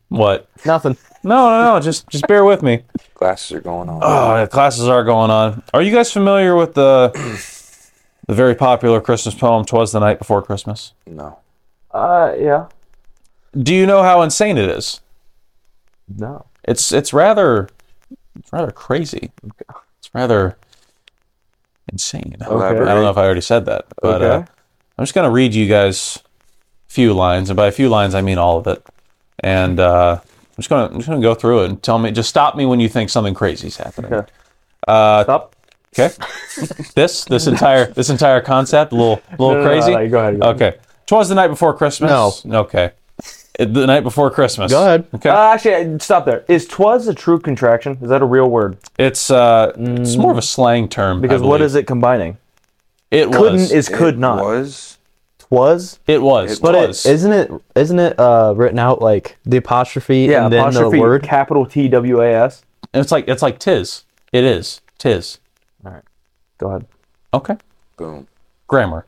Speaker 1: what?
Speaker 4: Nothing.
Speaker 1: No, no, no. Just just bear with me.
Speaker 3: Glasses are going on.
Speaker 1: Oh, the classes are going on. Are you guys familiar with the the very popular Christmas poem "Twas the Night Before Christmas"?
Speaker 3: no.
Speaker 2: Uh, yeah.
Speaker 1: Do you know how insane it is?
Speaker 2: No.
Speaker 1: It's it's rather it's rather crazy. It's rather insane. I don't know
Speaker 3: Elaborate.
Speaker 1: if I already said that, but uh,
Speaker 2: Okay.
Speaker 1: I'm just gonna read you guys a few lines, and by a few lines I mean all of it. And uh, I'm just gonna I'm just gonna go through it and tell me. Just stop me when you think something crazy's happening.
Speaker 2: Okay. Stop.
Speaker 1: Okay. this this entire this entire concept a little a little
Speaker 2: No, no, no,
Speaker 1: crazy.
Speaker 2: no, you go ahead, you go ahead.
Speaker 1: okay. Twas the night before Christmas. No. Okay. It- The night before Christmas.
Speaker 4: Go ahead.
Speaker 1: Okay.
Speaker 2: Uh, actually, I- stop there. Is "twas" a true contraction? Is that a real word?
Speaker 1: it's uh, it's more of a slang term.
Speaker 2: Because what is it combining?
Speaker 1: it?
Speaker 2: Couldn't
Speaker 1: was.
Speaker 2: is could
Speaker 3: It
Speaker 2: not.
Speaker 3: Was
Speaker 2: Twas.
Speaker 1: it was.
Speaker 3: it But
Speaker 1: was.
Speaker 4: Isn't it? Isn't it uh, written out like the apostrophe and then the word?
Speaker 2: capital T W A S.
Speaker 1: it's like it's like tis. It is tis.
Speaker 2: Go ahead.
Speaker 1: Okay.
Speaker 3: boom.
Speaker 1: grammar.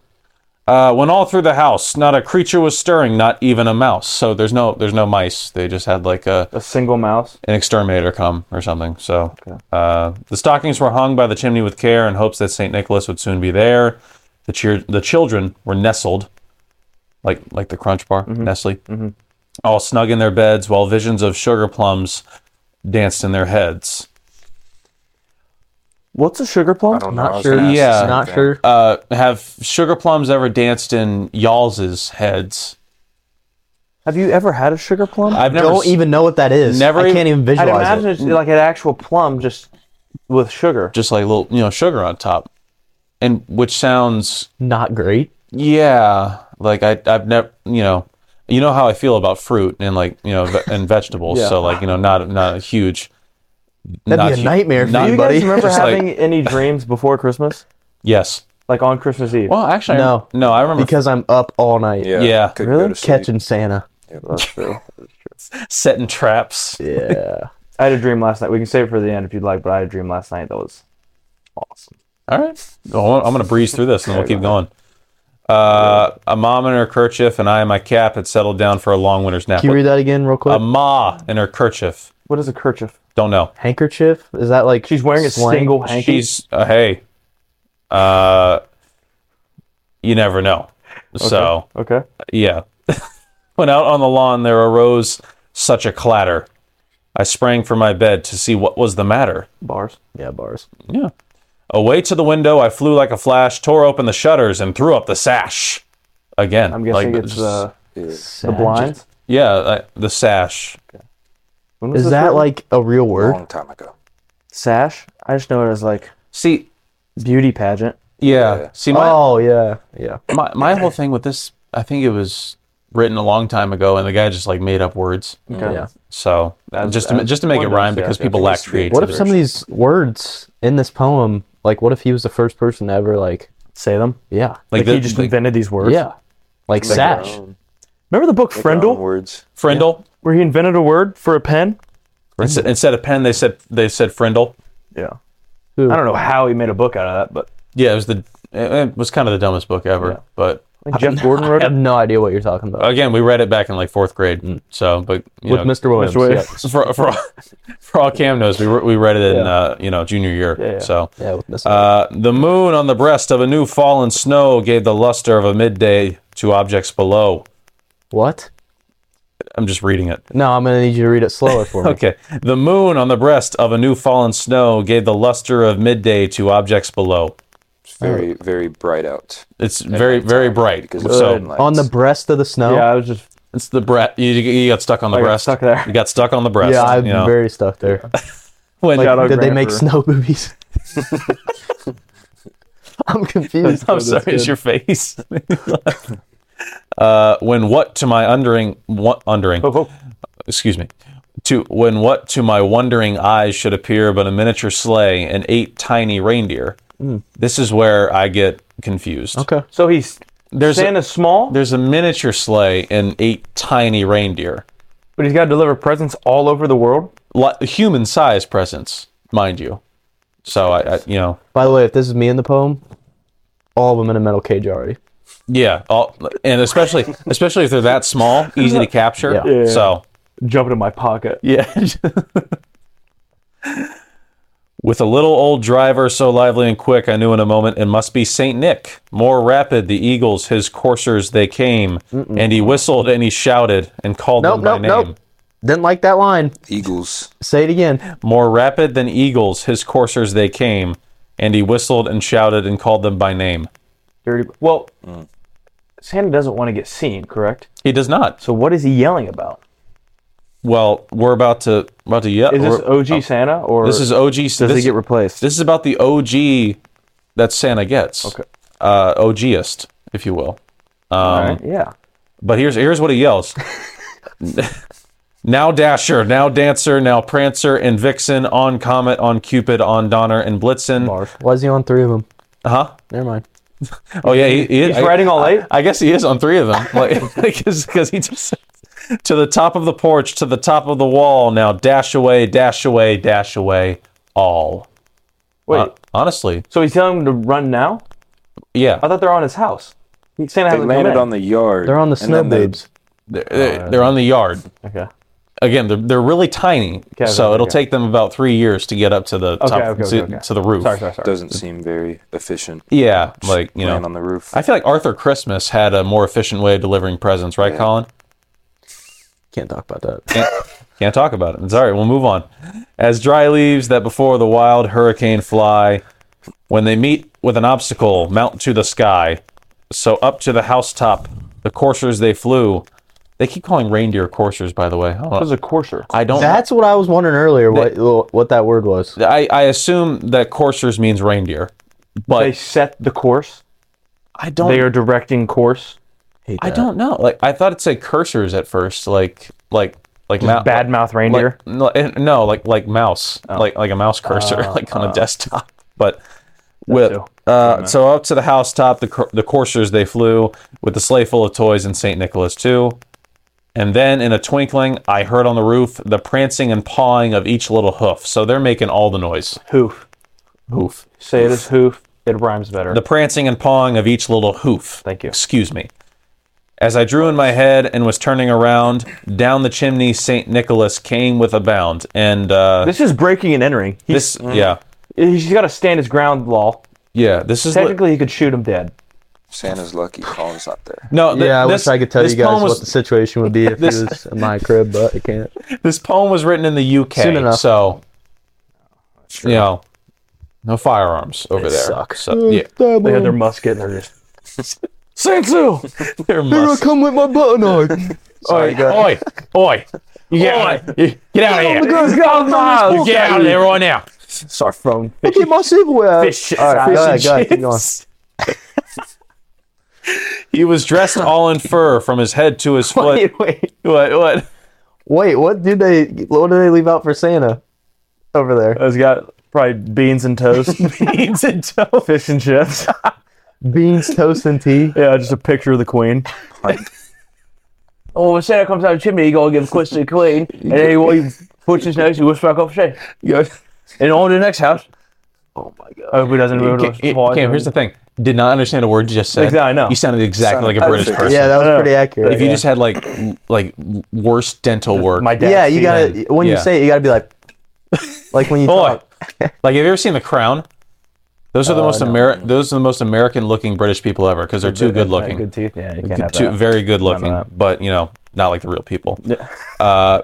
Speaker 1: Uh, when all through the house, not a creature was stirring, not even a mouse. So there's no there's no mice. They just had like a
Speaker 2: A single mouse.
Speaker 1: an exterminator come or something. So uh, the stockings were hung by the chimney with care in hopes that Saint Nicholas would soon be there. The cheer- the children were nestled, like like the Crunch Bar, Nestle, all snug in their beds while visions of sugar plums danced in their heads.
Speaker 2: What's a sugar plum?
Speaker 3: I don't know. I
Speaker 4: Not
Speaker 3: was
Speaker 4: sure.
Speaker 3: gonna ask the
Speaker 1: Yeah.
Speaker 3: same
Speaker 4: Not
Speaker 3: thing.
Speaker 4: sure.
Speaker 1: Uh, have sugar plums ever danced in y'all's heads?
Speaker 2: Have you ever had a sugar plum?
Speaker 1: I've never
Speaker 4: Don't
Speaker 1: s-
Speaker 4: even know what that is.
Speaker 1: Never
Speaker 4: I
Speaker 1: even-
Speaker 4: can't even
Speaker 2: I'd
Speaker 4: visualize
Speaker 2: imagine
Speaker 4: it.
Speaker 2: it's like an actual plum just with sugar.
Speaker 1: just like little you know sugar on top and which sounds
Speaker 4: Not great.
Speaker 1: yeah like I, i've never you know you know how i feel about fruit and like you know ve- and vegetables so like you know not not a huge
Speaker 4: That'd
Speaker 1: not
Speaker 4: be a
Speaker 1: hu-
Speaker 4: nightmare for
Speaker 1: not-
Speaker 4: you,
Speaker 2: Do you
Speaker 4: buddy.
Speaker 2: guys remember
Speaker 1: Just
Speaker 2: having
Speaker 1: like-
Speaker 2: any dreams before Christmas?
Speaker 1: yes
Speaker 2: Like on Christmas Eve?
Speaker 1: well actually I-
Speaker 4: No.
Speaker 1: no i remember
Speaker 4: Because I'm up all night.
Speaker 3: Yeah.
Speaker 1: Yeah.
Speaker 3: Could
Speaker 2: Really?
Speaker 3: go to sleep.
Speaker 4: Catching Santa.
Speaker 2: That's true.
Speaker 1: setting traps
Speaker 4: Yeah.
Speaker 2: I had a dream last night. We can save it for the end if you'd like, but I had a dream last night that was awesome.
Speaker 1: All right. Well, I'm going to breeze through this and we'll keep going. Uh, a mom in her kerchief and I in my cap had settled down for a long winter's nap.
Speaker 4: Can you read that again, real quick?
Speaker 1: A ma in her kerchief.
Speaker 2: What is a kerchief?
Speaker 1: Don't know.
Speaker 4: handkerchief? Is that like
Speaker 2: She's wearing a
Speaker 4: slang?
Speaker 2: single handkerchief.
Speaker 1: She's uh, hey, uh, you never know. So
Speaker 2: Okay.
Speaker 1: yeah, when out on the lawn there arose such a clatter. I sprang from my bed to see what was the matter.
Speaker 2: Bars.
Speaker 4: Yeah, bars.
Speaker 1: Yeah, away to the window I flew like a flash, tore open the shutters, and threw up the sash. Again,
Speaker 2: I'm guessing
Speaker 1: like,
Speaker 2: it's uh,
Speaker 1: just-
Speaker 2: the, the
Speaker 4: Sad.
Speaker 2: blinds.
Speaker 1: yeah, uh, the sash.
Speaker 2: When was
Speaker 4: Is
Speaker 2: this
Speaker 4: that
Speaker 2: written?
Speaker 4: like a real word?
Speaker 3: Long time ago.
Speaker 2: sash? I just know it as like
Speaker 1: See,
Speaker 2: beauty pageant.
Speaker 1: yeah,
Speaker 3: Yeah.
Speaker 1: see my
Speaker 4: Oh yeah, yeah.
Speaker 1: my my whole thing with this, I think it was written a long time ago, and the guy just like made up words.
Speaker 2: Okay.
Speaker 4: Yeah.
Speaker 1: So
Speaker 2: That's-
Speaker 1: just to, ma-
Speaker 2: that's
Speaker 1: just to make it
Speaker 2: one
Speaker 1: rhyme
Speaker 2: of those,
Speaker 1: because
Speaker 2: yeah,
Speaker 1: people
Speaker 3: yeah.
Speaker 1: lack
Speaker 3: Just to be-
Speaker 1: creativity.
Speaker 4: What if some of these words in this poem, like, what if he was the first person to ever like
Speaker 2: say them?
Speaker 4: Yeah.
Speaker 2: Like,
Speaker 1: Like the-
Speaker 2: he just
Speaker 1: like-
Speaker 2: invented these words.
Speaker 4: Yeah. Like
Speaker 3: Make our
Speaker 4: Sash.
Speaker 3: own-
Speaker 2: Remember the book
Speaker 3: make our own
Speaker 2: Frendel,
Speaker 3: Words.
Speaker 1: Frindle.
Speaker 2: where he invented a word for a pen?
Speaker 1: Instead, instead of pen, they said they said Frindle.
Speaker 2: Yeah.
Speaker 4: Who?
Speaker 2: I don't know how he made a book out of that, but
Speaker 1: Yeah, it was the it- it was kind of the dumbest book ever. But
Speaker 2: I think Jeff Gordon wrote
Speaker 4: I have
Speaker 2: it.
Speaker 4: no idea what you're talking about.
Speaker 1: again, we read it back in like fourth grade. So, but you
Speaker 4: With
Speaker 1: know,
Speaker 4: Mr. Williams.
Speaker 2: Williams.
Speaker 4: Yeah.
Speaker 1: for for all, for all Cam knows, we re- we read it in uh, you know junior year.
Speaker 2: yeah.
Speaker 1: So.
Speaker 4: Yeah, with Mr.
Speaker 1: Uh, the moon on the breast of a new fallen snow gave the luster of a midday to objects below.
Speaker 4: what?
Speaker 1: I'm just reading it.
Speaker 4: No, I'm gonna need you to read it slower for me.
Speaker 1: Okay. The moon on the breast of a new fallen snow gave the luster of midday to objects below.
Speaker 3: It's very,
Speaker 4: Oh.
Speaker 3: very bright out.
Speaker 1: It's very, very bright.
Speaker 3: Because of
Speaker 1: so
Speaker 3: sunlight.
Speaker 4: On the breast of the snow.
Speaker 2: Yeah, I was just
Speaker 1: it's the breast. You, you got stuck on the
Speaker 2: got
Speaker 1: breast.
Speaker 2: stuck there.
Speaker 1: You got stuck on the breast.
Speaker 4: Yeah, I'm
Speaker 1: you know.
Speaker 4: very stuck there.
Speaker 1: When-
Speaker 4: Like, oh,
Speaker 2: Shout out
Speaker 4: did they
Speaker 2: Grant
Speaker 4: make
Speaker 2: for-
Speaker 4: snow boobies? I'm confused.
Speaker 1: I'm sorry, it's your face. uh, when what to my undering, what undering? Excuse me. To when what to my wondering eyes should appear but a miniature sleigh and eight tiny reindeer. This is where I get confused.
Speaker 4: Hmm. Okay.
Speaker 2: so he's
Speaker 1: There's a-
Speaker 2: Santa's small,
Speaker 1: There's a miniature sleigh and eight tiny reindeer.
Speaker 2: but he's got to deliver presents all over the world.
Speaker 1: Human sized presents, mind you. So I, I, you know,
Speaker 4: By the way, if this is me in the poem, all of them in a metal cage already.
Speaker 1: yeah. All, and especially, especially if they're that small, easy to capture.
Speaker 4: Yeah.
Speaker 2: Yeah.
Speaker 1: So
Speaker 2: Jump it in my pocket.
Speaker 1: yeah. With a little old driver so lively and quick, I knew in a moment it must be Saint Nick. More rapid the eagles, his coursers they came, and he whistled and he shouted and called
Speaker 4: Nope,
Speaker 1: them by
Speaker 4: nope,
Speaker 1: name.
Speaker 4: nope. Didn't like that line.
Speaker 3: Eagles.
Speaker 4: Say it again.
Speaker 1: More rapid than eagles, his coursers they came, and he whistled and shouted and called them by name.
Speaker 2: Dirty. Well,
Speaker 1: Mm.
Speaker 2: Santa doesn't want to get seen, correct?
Speaker 1: He does not.
Speaker 2: So what is he yelling about?
Speaker 1: Well, we're about to about to yell.
Speaker 2: Is this
Speaker 1: we're-
Speaker 2: OG Santa or
Speaker 1: oh. this is OG. Does
Speaker 2: does
Speaker 1: this,
Speaker 2: he get replaced?
Speaker 1: this is about the OG that Santa gets. Okay. Uh, OGist, if you will. Um,
Speaker 2: All right, Yeah.
Speaker 1: But here's here's what he yells. now Dasher, now Dancer, now Prancer and Vixen, on Comet, on Cupid, on Donner and Blitzen.
Speaker 4: Why is he on three of them?
Speaker 1: Huh?
Speaker 4: Never mind.
Speaker 1: Oh yeah, he, he is.
Speaker 2: He's
Speaker 1: I-
Speaker 2: riding all eight.
Speaker 1: I guess he is on three of them, because he just to the top of the porch, to the top of the wall. Now dash away, dash away, dash away, all.
Speaker 2: Wait.
Speaker 1: Uh, honestly,
Speaker 2: so he's telling him to run now?
Speaker 1: yeah,
Speaker 2: I thought they're on his house. He- Santa
Speaker 3: They
Speaker 2: hasn't come
Speaker 3: landed
Speaker 2: in.
Speaker 3: on the yard.
Speaker 4: They're on the
Speaker 3: and
Speaker 4: snow
Speaker 3: then they-
Speaker 4: boobs.
Speaker 1: they're, they're, they're on the yard.
Speaker 2: Okay.
Speaker 1: Again, they're, they're really tiny, so
Speaker 2: okay,
Speaker 1: it'll
Speaker 2: okay.
Speaker 1: take them about three years to get up to the top,
Speaker 2: okay, okay,
Speaker 1: to,
Speaker 2: okay.
Speaker 1: to the roof.
Speaker 2: Sorry, sorry, sorry.
Speaker 3: Doesn't seem very efficient.
Speaker 1: Yeah, like you
Speaker 3: Land
Speaker 1: know,
Speaker 3: on the roof.
Speaker 1: I feel like Arthur Christmas had a more efficient way of delivering presents, right, Colin?
Speaker 4: Can't talk about that.
Speaker 1: Can't, can't talk about it. It's all right. We'll move on. As dry leaves that before the wild hurricane fly, when they meet with an obstacle, mount to the sky. So up to the housetop, the coursers they flew. They keep calling reindeer coursers, by the way. I
Speaker 2: This is
Speaker 1: don't.
Speaker 2: a courser.
Speaker 1: I, don't
Speaker 4: That's what I was wondering earlier. What what that word was?
Speaker 1: I, I assume that coursers means reindeer, but
Speaker 2: They set the course.
Speaker 1: I don't.
Speaker 2: They are directing course.
Speaker 1: I don't know. Like I thought it said cursors at first, like like like mount-
Speaker 2: Bad mouth reindeer.
Speaker 1: Like, no, eh, no, like like mouse, like like a mouse cursor, like on a desktop. But with
Speaker 2: too.
Speaker 1: uh, so up to the housetop, the cor- the coursers they flew with the sleigh full of toys and Saint Nicholas too. And then in a twinkling, I heard on the roof the prancing and pawing of each little hoof. So they're making all the noise.
Speaker 2: hoof.
Speaker 1: Hoof.
Speaker 2: Say it as hoof. It rhymes better.
Speaker 1: The prancing and pawing of each little hoof.
Speaker 2: Thank you.
Speaker 1: Excuse me. As I drew in my head and was turning around, down the chimney Saint Nicholas came with a bound. And uh,
Speaker 2: this is breaking and entering. He,
Speaker 1: This, yeah,
Speaker 2: he's got to stand his ground law.
Speaker 1: yeah. This is what,
Speaker 2: Technically, he could shoot him dead.
Speaker 3: Santa's lucky. Colin's not there.
Speaker 1: no. th-
Speaker 4: yeah, I
Speaker 1: this,
Speaker 4: wish I could tell
Speaker 1: this
Speaker 4: you guys
Speaker 1: poem was,
Speaker 4: what the situation would be if
Speaker 1: this-
Speaker 4: he was in my crib, but I can't.
Speaker 1: This poem was written in the UK,
Speaker 4: Soon enough.
Speaker 1: so you know, no firearms over there.
Speaker 4: suck.
Speaker 1: So, yeah,
Speaker 2: They had their musket and they're just.
Speaker 1: Sensu. They're must.
Speaker 4: come with my butter knife.
Speaker 1: Oi, oi, oi! You get out of here! Get out of here! You get out of there right now!
Speaker 2: It's our phone.
Speaker 4: Look at my silverware.
Speaker 1: Fish shit
Speaker 4: All right,
Speaker 1: fries.
Speaker 4: go ahead, go ahead, keep going.
Speaker 1: He was dressed all in fur from his head to his foot.
Speaker 2: Wait, wait.
Speaker 1: What? What?
Speaker 4: Wait, what did they? What did they leave out for Santa over there?
Speaker 2: Uh, It's got probably beans and toast,
Speaker 1: Beans and toast.
Speaker 2: fish and chips.
Speaker 4: beans, toast, and tea.
Speaker 2: Yeah, just a picture of the queen.
Speaker 5: Oh, when Santa comes out of the chimney, he go give a kiss to the queen, and then he, wa- he puts his nose, he whips back up, say, and on to the next house. Oh my god! I hope he doesn't ruin
Speaker 1: Cam,
Speaker 5: us. Why
Speaker 1: Cam, here's the thing. Did not understand a word you just said.
Speaker 2: Exactly, I know.
Speaker 1: You sounded exactly like a
Speaker 3: Sounded
Speaker 1: British
Speaker 3: perfect.
Speaker 1: person.
Speaker 4: Yeah, that
Speaker 2: I know.
Speaker 4: was pretty accurate.
Speaker 1: if you
Speaker 4: yeah.
Speaker 1: just had like like worst dental work.
Speaker 2: My dad.
Speaker 4: yeah, you gotta when you
Speaker 1: Yeah.
Speaker 4: say it, you gotta be like, like when you
Speaker 1: Boy.
Speaker 4: talk.
Speaker 1: Like, have you ever seen The Crown? Those are the most Ameri- Those are the most American-looking British people ever because they're too good-looking,
Speaker 2: Oh, Good teeth. Yeah, you can't have
Speaker 1: too
Speaker 2: that.
Speaker 1: very good-looking,
Speaker 2: that.
Speaker 1: but you know, not like the real people. Uh,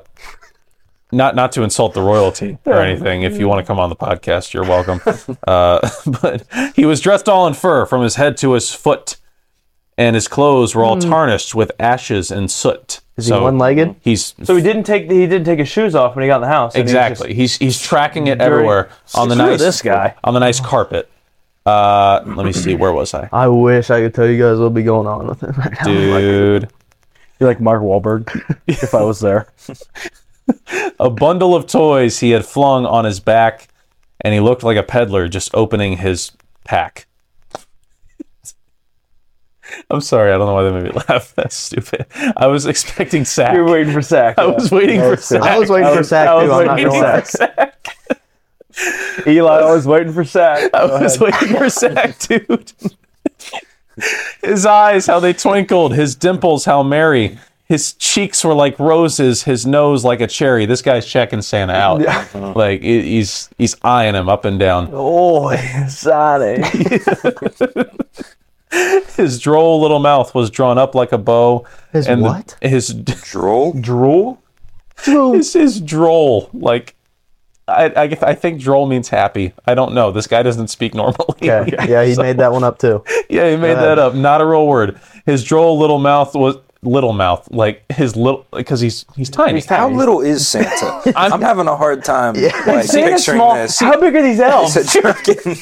Speaker 1: not not to insult the royalty or anything. If you want to come on the podcast, you're welcome. Uh, but he was dressed all in fur from his head to his foot, and his clothes were
Speaker 2: Hmm.
Speaker 1: all tarnished with ashes and soot.
Speaker 4: Is he one-legged?
Speaker 1: He's
Speaker 5: So he didn't take the, he didn't take his shoes off when he got in the house. and he just-
Speaker 1: Exactly. He's he's tracking it everywhere on the
Speaker 2: Screw
Speaker 1: nice
Speaker 2: this guy.
Speaker 1: on the nice carpet. Uh, let me see. Where was I,
Speaker 4: I wish I could tell you guys what'll be going on with it right now.
Speaker 1: dude?
Speaker 2: You're like Mark Wahlberg. if I was there,
Speaker 1: A bundle of toys he had flung on his back, and he looked like a peddler just opening his pack. I'm sorry. I don't know why that made me laugh. That's stupid. I was expecting sack.
Speaker 5: You're waiting for sack.
Speaker 1: I was waiting for sack.
Speaker 4: I was waiting for sack
Speaker 5: I
Speaker 4: too.
Speaker 5: was
Speaker 4: I'm not
Speaker 5: waiting
Speaker 4: gonna
Speaker 5: for
Speaker 4: lie.
Speaker 1: sack.
Speaker 5: Eli, I was waiting for sack.
Speaker 1: I was waiting for Zach, dude. his eyes, how they twinkled. His dimples, how merry. His cheeks were like roses. His nose like a cherry. This guy's checking Santa out. Like he- he's he's eyeing him up and down.
Speaker 5: Oh, Sonic.
Speaker 1: His droll little mouth was drawn up like a bow.
Speaker 4: His
Speaker 1: the-
Speaker 4: what?
Speaker 1: his
Speaker 3: Droll?
Speaker 1: drool. His his droll. Like I, I I think droll means happy. I don't know. This guy doesn't speak normally.
Speaker 4: Yeah, yeah, he made that one up too.
Speaker 1: Yeah, he made that up. Not a real word. His droll little mouth was little mouth, like his little because he's he's tiny.
Speaker 3: How little is Santa? I'm, having a hard time like,
Speaker 5: Santa's
Speaker 3: picturing
Speaker 5: small.
Speaker 3: this.
Speaker 5: How big are these elves?
Speaker 3: It's a jerkin.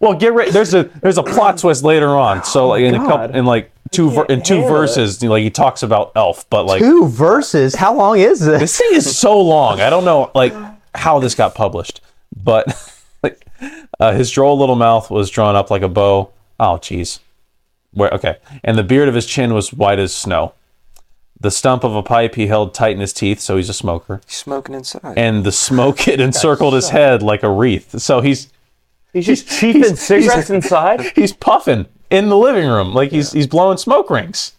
Speaker 1: Well, get ready. There's a there's a plot twist later on. So like in a couple in like two ver- in two verses, like he talks about elf, but like
Speaker 4: Two verses. How long is this?
Speaker 1: this thing is so long. I don't know like how this got published, but like uh, his droll little mouth was drawn up like a bow. Oh, jeez. Where okay, and the beard of his chin was white as snow. The stump of a pipe he held tight in his teeth, so he's a smoker.
Speaker 3: Smoking inside.
Speaker 1: and the smoke it encircled his head like a wreath. So he's
Speaker 5: He's just cheaping cigarettes inside.
Speaker 1: he's puffing in the living room like he's he's blowing smoke rings.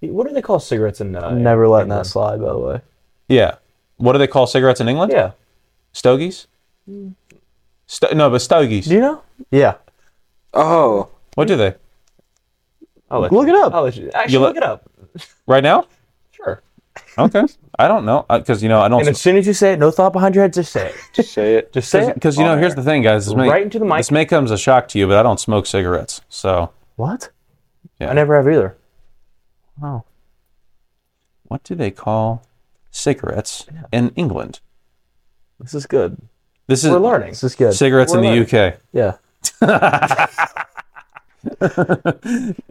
Speaker 2: what do they call cigarettes in? Uh,
Speaker 4: Never letting that slide, by the way.
Speaker 1: Yeah. What do they call cigarettes in England?
Speaker 5: Yeah. Mm.
Speaker 1: Stogies. Sto- no, but stogies.
Speaker 5: Do you know?
Speaker 4: Yeah.
Speaker 3: oh,
Speaker 1: What do they?
Speaker 5: I'll let
Speaker 4: Look
Speaker 5: you-
Speaker 4: it up.
Speaker 2: Oh.
Speaker 5: I'll let you. Actually,
Speaker 1: You let-
Speaker 5: look it up.
Speaker 1: Right now?
Speaker 5: Sure.
Speaker 1: Okay. I don't know because you know I
Speaker 5: And
Speaker 1: don't
Speaker 5: as soon as you say it, no thought behind your head, just say it. Just
Speaker 3: say it.
Speaker 5: just say it.
Speaker 1: because you know here's the thing, guys. This may,
Speaker 5: Right into the mic.
Speaker 1: This may come as a shock to you, but I don't smoke cigarettes. So
Speaker 4: What?
Speaker 5: I never have either.
Speaker 1: what do they call cigarettes in England?
Speaker 5: This is good.
Speaker 1: This is
Speaker 5: We're learning.
Speaker 4: This is good.
Speaker 1: cigarettes in the UK.
Speaker 4: Yeah.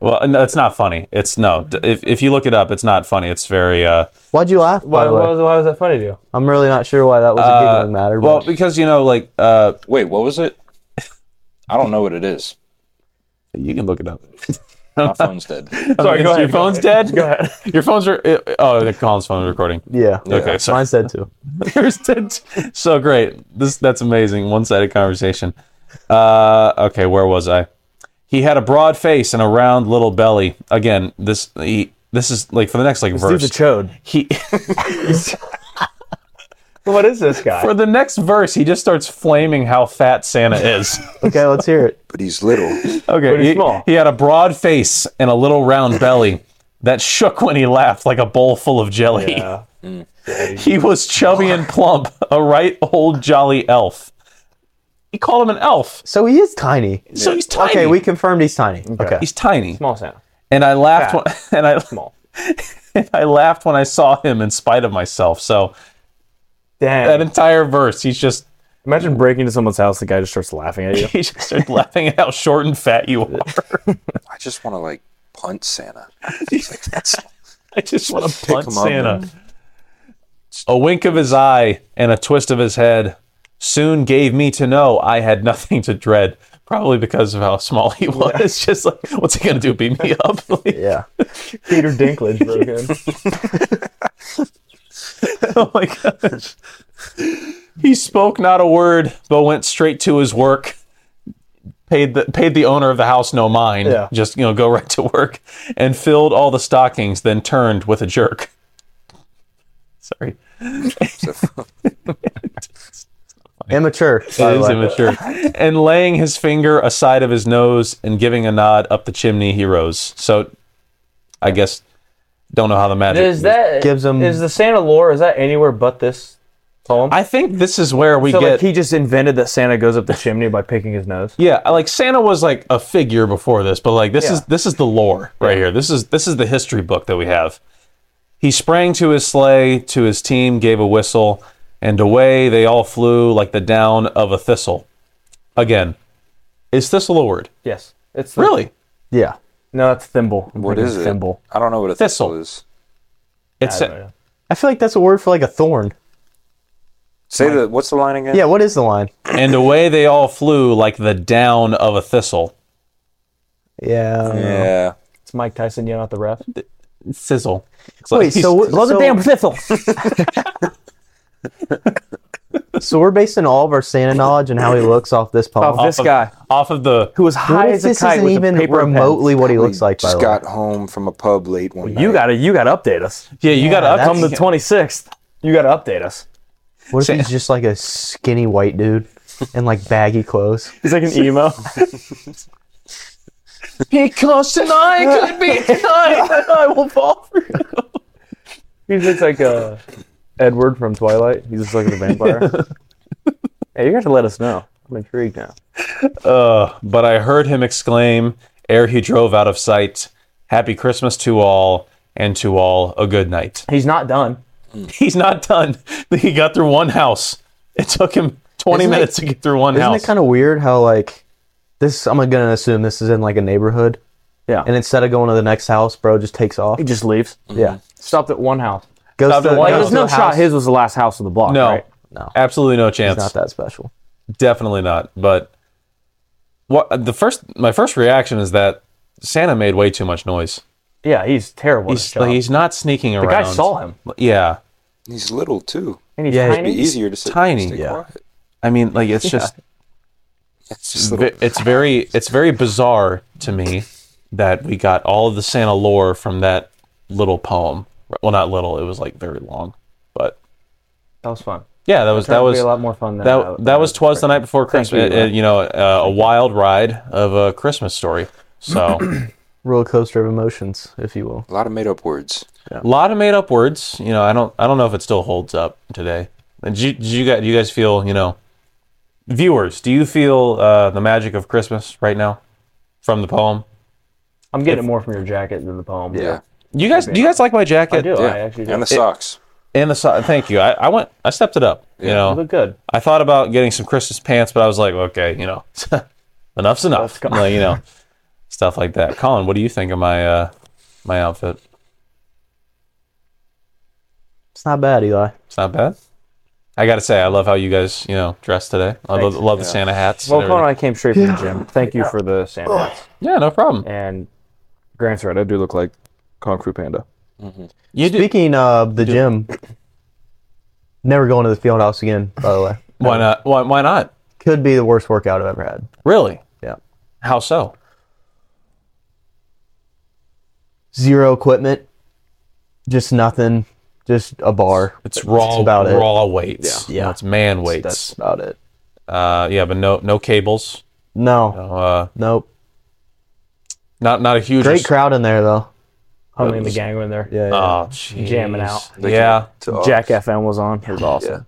Speaker 1: Well, no, it's not funny. It's no. d- If if you look it up, it's not funny. It's very uh.
Speaker 4: Why'd you laugh?
Speaker 5: Why,
Speaker 4: By the
Speaker 5: why,
Speaker 4: way,
Speaker 5: was, why was that funny to you?
Speaker 4: I'm really not sure why that was a giggling matter.
Speaker 1: Well,
Speaker 4: But
Speaker 1: because you know, like uh,
Speaker 3: Wait, what was it? I don't know what it is.
Speaker 1: you can look it up.
Speaker 3: My phone's dead.
Speaker 1: Sorry,
Speaker 5: go
Speaker 1: Your
Speaker 5: ahead, go
Speaker 1: phone's dead. Go ahead. Your phone's re- uh, oh, Colin's phone is recording.
Speaker 4: yeah.
Speaker 1: Okay, sorry.
Speaker 4: Mine said too.
Speaker 1: There's dead. So great. This that's amazing. One-sided conversation. Uh, okay, where was I? He had a broad face and a round little belly. Again, this he, this is like for the next like verse.
Speaker 2: Dude's a chode.
Speaker 1: he
Speaker 5: What is this guy?
Speaker 1: for the next verse he just starts flaming how fat Santa is.
Speaker 4: Okay, let's hear it.
Speaker 3: But he's little.
Speaker 1: Okay,
Speaker 5: Pretty
Speaker 1: he,
Speaker 5: small.
Speaker 1: he had a broad face and a little round belly that shook when he laughed like a bowl full of jelly.
Speaker 5: Yeah.
Speaker 1: He was chubby and plump, a right old jolly elf. He called him an elf,
Speaker 4: So he is tiny.
Speaker 1: so he's tiny.
Speaker 4: Okay, we confirmed he's tiny. Okay.
Speaker 1: he's tiny.
Speaker 5: Small sound.
Speaker 1: And I laughed when,
Speaker 5: Fat.
Speaker 1: and I
Speaker 5: Small.
Speaker 1: and I laughed when I saw him in spite of myself. So that
Speaker 5: Damn.
Speaker 1: entire verse, he's just
Speaker 2: Imagine breaking into someone's house. The guy just starts laughing at you.
Speaker 1: he just started laughing at how short and fat you are.
Speaker 3: I just want to like punt Santa. It's like, that's-
Speaker 1: I just want to punt
Speaker 3: him up,
Speaker 1: Santa. A wink of his eye and a twist of his head, soon gave me to know I had nothing to dread, probably because of how small he was. Just like, what's he going to do? Beat me up? Like,
Speaker 4: Yeah.
Speaker 2: Peter Dinklage broke in.
Speaker 1: oh my gosh. He spoke not a word, but went straight to his work. Paid the paid the owner of the house no mind.
Speaker 2: Yeah.
Speaker 1: Just you know, go right to work, and filled all the stockings. Then turned with a jerk. Sorry,
Speaker 4: Immature.
Speaker 1: it is immature. and laying his finger aside of his nose and giving a nod up the chimney, he rose. So, I guess don't know how the magic
Speaker 5: Is that
Speaker 4: gives him-
Speaker 5: is the Santa lore? Is that anywhere but this poem?
Speaker 1: I think this is where we
Speaker 2: So
Speaker 1: get
Speaker 2: like he just invented that Santa goes up the chimney by picking his nose.
Speaker 1: Yeah, I- like Santa was like a figure before this, but like this is this is the lore right here. This is this is the history book that we have. He sprang to his sleigh, to his team, gave a whistle, and away they all flew like the down of a thistle. Again, is thistle a word?
Speaker 2: Yes, it's the-
Speaker 1: Really?
Speaker 4: Yeah.
Speaker 2: no, it's thimble. I'm
Speaker 3: What
Speaker 2: thinking
Speaker 3: is it?
Speaker 2: Thimble.
Speaker 3: I don't know what a
Speaker 1: Thistle.
Speaker 3: thistle, is.
Speaker 1: It's
Speaker 2: don't know.
Speaker 4: I feel like that's a word for like a thorn.
Speaker 3: Say the what's the line again?
Speaker 4: Yeah, what is the line?
Speaker 1: and away they all flew like the down of a thistle.
Speaker 4: Yeah. I don't know.
Speaker 3: Yeah.
Speaker 2: It's Mike Tyson yelling at the ref.
Speaker 1: Sizzle. It's
Speaker 4: Wait,
Speaker 1: he's-
Speaker 4: so we're,
Speaker 2: Blow the
Speaker 4: so-
Speaker 2: damn thistle.
Speaker 4: so we're basing all of our Santa knowledge and how he looks off this poem.
Speaker 2: Off this
Speaker 1: of-
Speaker 2: guy
Speaker 1: off of the
Speaker 2: who was
Speaker 4: What
Speaker 2: high
Speaker 4: if
Speaker 2: as a
Speaker 4: this
Speaker 2: kite
Speaker 4: isn't
Speaker 2: with a
Speaker 4: even
Speaker 2: paper pen.
Speaker 4: remotely what he looks like? By
Speaker 3: Just
Speaker 4: the
Speaker 3: got
Speaker 4: way?
Speaker 3: home from a pub late one night.
Speaker 2: You gotta you gotta update us.
Speaker 1: yeah, you got to
Speaker 4: that's-
Speaker 2: Come the twenty sixth. You gotta update us.
Speaker 4: What if he's just like a skinny white dude in like baggy clothes?
Speaker 2: He's like an emo.
Speaker 1: because tonight could be tonight, and I will fall for you.
Speaker 2: he looks like uh, Edward from Twilight. He's just like a vampire. hey, you got to let us know. I'm intrigued now.
Speaker 1: Uh, but I heard him exclaim ere he drove out of sight, Happy Christmas to all, and to all a good night.
Speaker 2: He's not done.
Speaker 1: He's not done. He got through one house. It took him 20
Speaker 4: Isn't it-
Speaker 1: minutes to get through one
Speaker 4: Isn't
Speaker 1: house.
Speaker 4: it kind of weird how like this? I'm gonna assume this is in like a neighborhood.
Speaker 2: Yeah.
Speaker 4: And instead of going to the next house, bro, just takes off.
Speaker 2: He just leaves.
Speaker 1: Mm-hmm.
Speaker 4: Yeah.
Speaker 2: Stopped at one house.
Speaker 4: Goes
Speaker 1: Stopped
Speaker 4: to,
Speaker 1: at one
Speaker 4: goes
Speaker 2: Like,
Speaker 1: No.
Speaker 2: there's
Speaker 4: to
Speaker 2: no
Speaker 4: a
Speaker 2: shot.
Speaker 4: house.
Speaker 2: His was the last house of the block.
Speaker 1: no,
Speaker 2: right?
Speaker 4: No.
Speaker 1: absolutely no
Speaker 4: It's not
Speaker 1: chance.
Speaker 4: that special.
Speaker 1: Definitely not. But what the first, my first reaction is that Santa made way too much noise.
Speaker 2: Yeah, he's terrible. at his
Speaker 1: He's,
Speaker 2: job.
Speaker 1: like, he's not sneaking
Speaker 2: the guy
Speaker 1: around.
Speaker 2: saw him,
Speaker 1: Yeah.
Speaker 3: He's little too.
Speaker 2: and he's
Speaker 4: Yeah,
Speaker 3: It'd be
Speaker 2: tiny.
Speaker 3: easier to sit
Speaker 1: Tiny,
Speaker 3: stay
Speaker 1: yeah.
Speaker 3: quiet.
Speaker 1: I mean, like, it's just,
Speaker 3: It's just
Speaker 1: ve-
Speaker 3: little,
Speaker 1: it's very it's very bizarre to me that we got all of the Santa lore from that little poem. Well, not little; it was like very long, but
Speaker 2: That was fun.
Speaker 1: yeah, that was that
Speaker 2: be
Speaker 1: was
Speaker 2: a lot more fun than
Speaker 1: that that was twas the night before Christmas.
Speaker 2: you,
Speaker 1: uh, you know, uh, a wild ride of a Christmas story. So,
Speaker 4: Roller coaster of emotions, if you will.
Speaker 3: a lot of made up words.
Speaker 1: a lot of made up words. You know, I don't I don't know if it still holds up today. And do you, do you guys do you guys feel you know, viewers? Do you feel uh, the magic of Christmas right now from the poem?
Speaker 2: I'm getting it more from your jacket than the poem.
Speaker 3: Yeah.
Speaker 1: You guys, do you guys like my jacket?
Speaker 2: I do.
Speaker 3: Yeah.
Speaker 2: I actually do.
Speaker 3: and the socks.
Speaker 1: And the so- thank you. I, I went. I stepped it up. You
Speaker 3: Yeah.
Speaker 1: know,
Speaker 2: look good.
Speaker 1: I thought about getting some Christmas pants, but I was like, okay, you know, enough's enough. Like, you know, stuff like that. Colin, what do you think of my uh, my outfit?
Speaker 4: It's not bad, Eli.
Speaker 1: It's not bad. I gotta say, I love how you guys, you know, dress today. I love, love the Santa hats. and
Speaker 2: Well, Connor,
Speaker 1: everything.
Speaker 2: I came straight from the gym. Thank you for the sandwich.
Speaker 1: yeah, no problem.
Speaker 2: And Grant's right. I do look like Kung Fu Panda.
Speaker 1: You do.
Speaker 4: Speaking of the gym, never going to the field house again. By the way,
Speaker 1: Why not? Why, why not?
Speaker 4: could be the worst workout I've ever had.
Speaker 1: Really?
Speaker 4: Yeah.
Speaker 1: How so?
Speaker 4: Zero equipment, just nothing, just a bar.
Speaker 1: It's raw,
Speaker 4: about it.
Speaker 1: raw weights.
Speaker 4: Yeah.
Speaker 1: You know, it's man
Speaker 4: That's
Speaker 1: weights.
Speaker 4: about it.
Speaker 1: Uh, yeah, but no, no cables.
Speaker 4: No,
Speaker 1: Uh,
Speaker 4: nope.
Speaker 1: not, not a huge.
Speaker 4: Great crowd in there though.
Speaker 2: Homie and the gang were in there.
Speaker 4: Yeah, yeah.
Speaker 1: Oh, jeez.
Speaker 2: Jamming out.
Speaker 1: yeah.
Speaker 3: To
Speaker 2: Jack FM was on. It was awesome.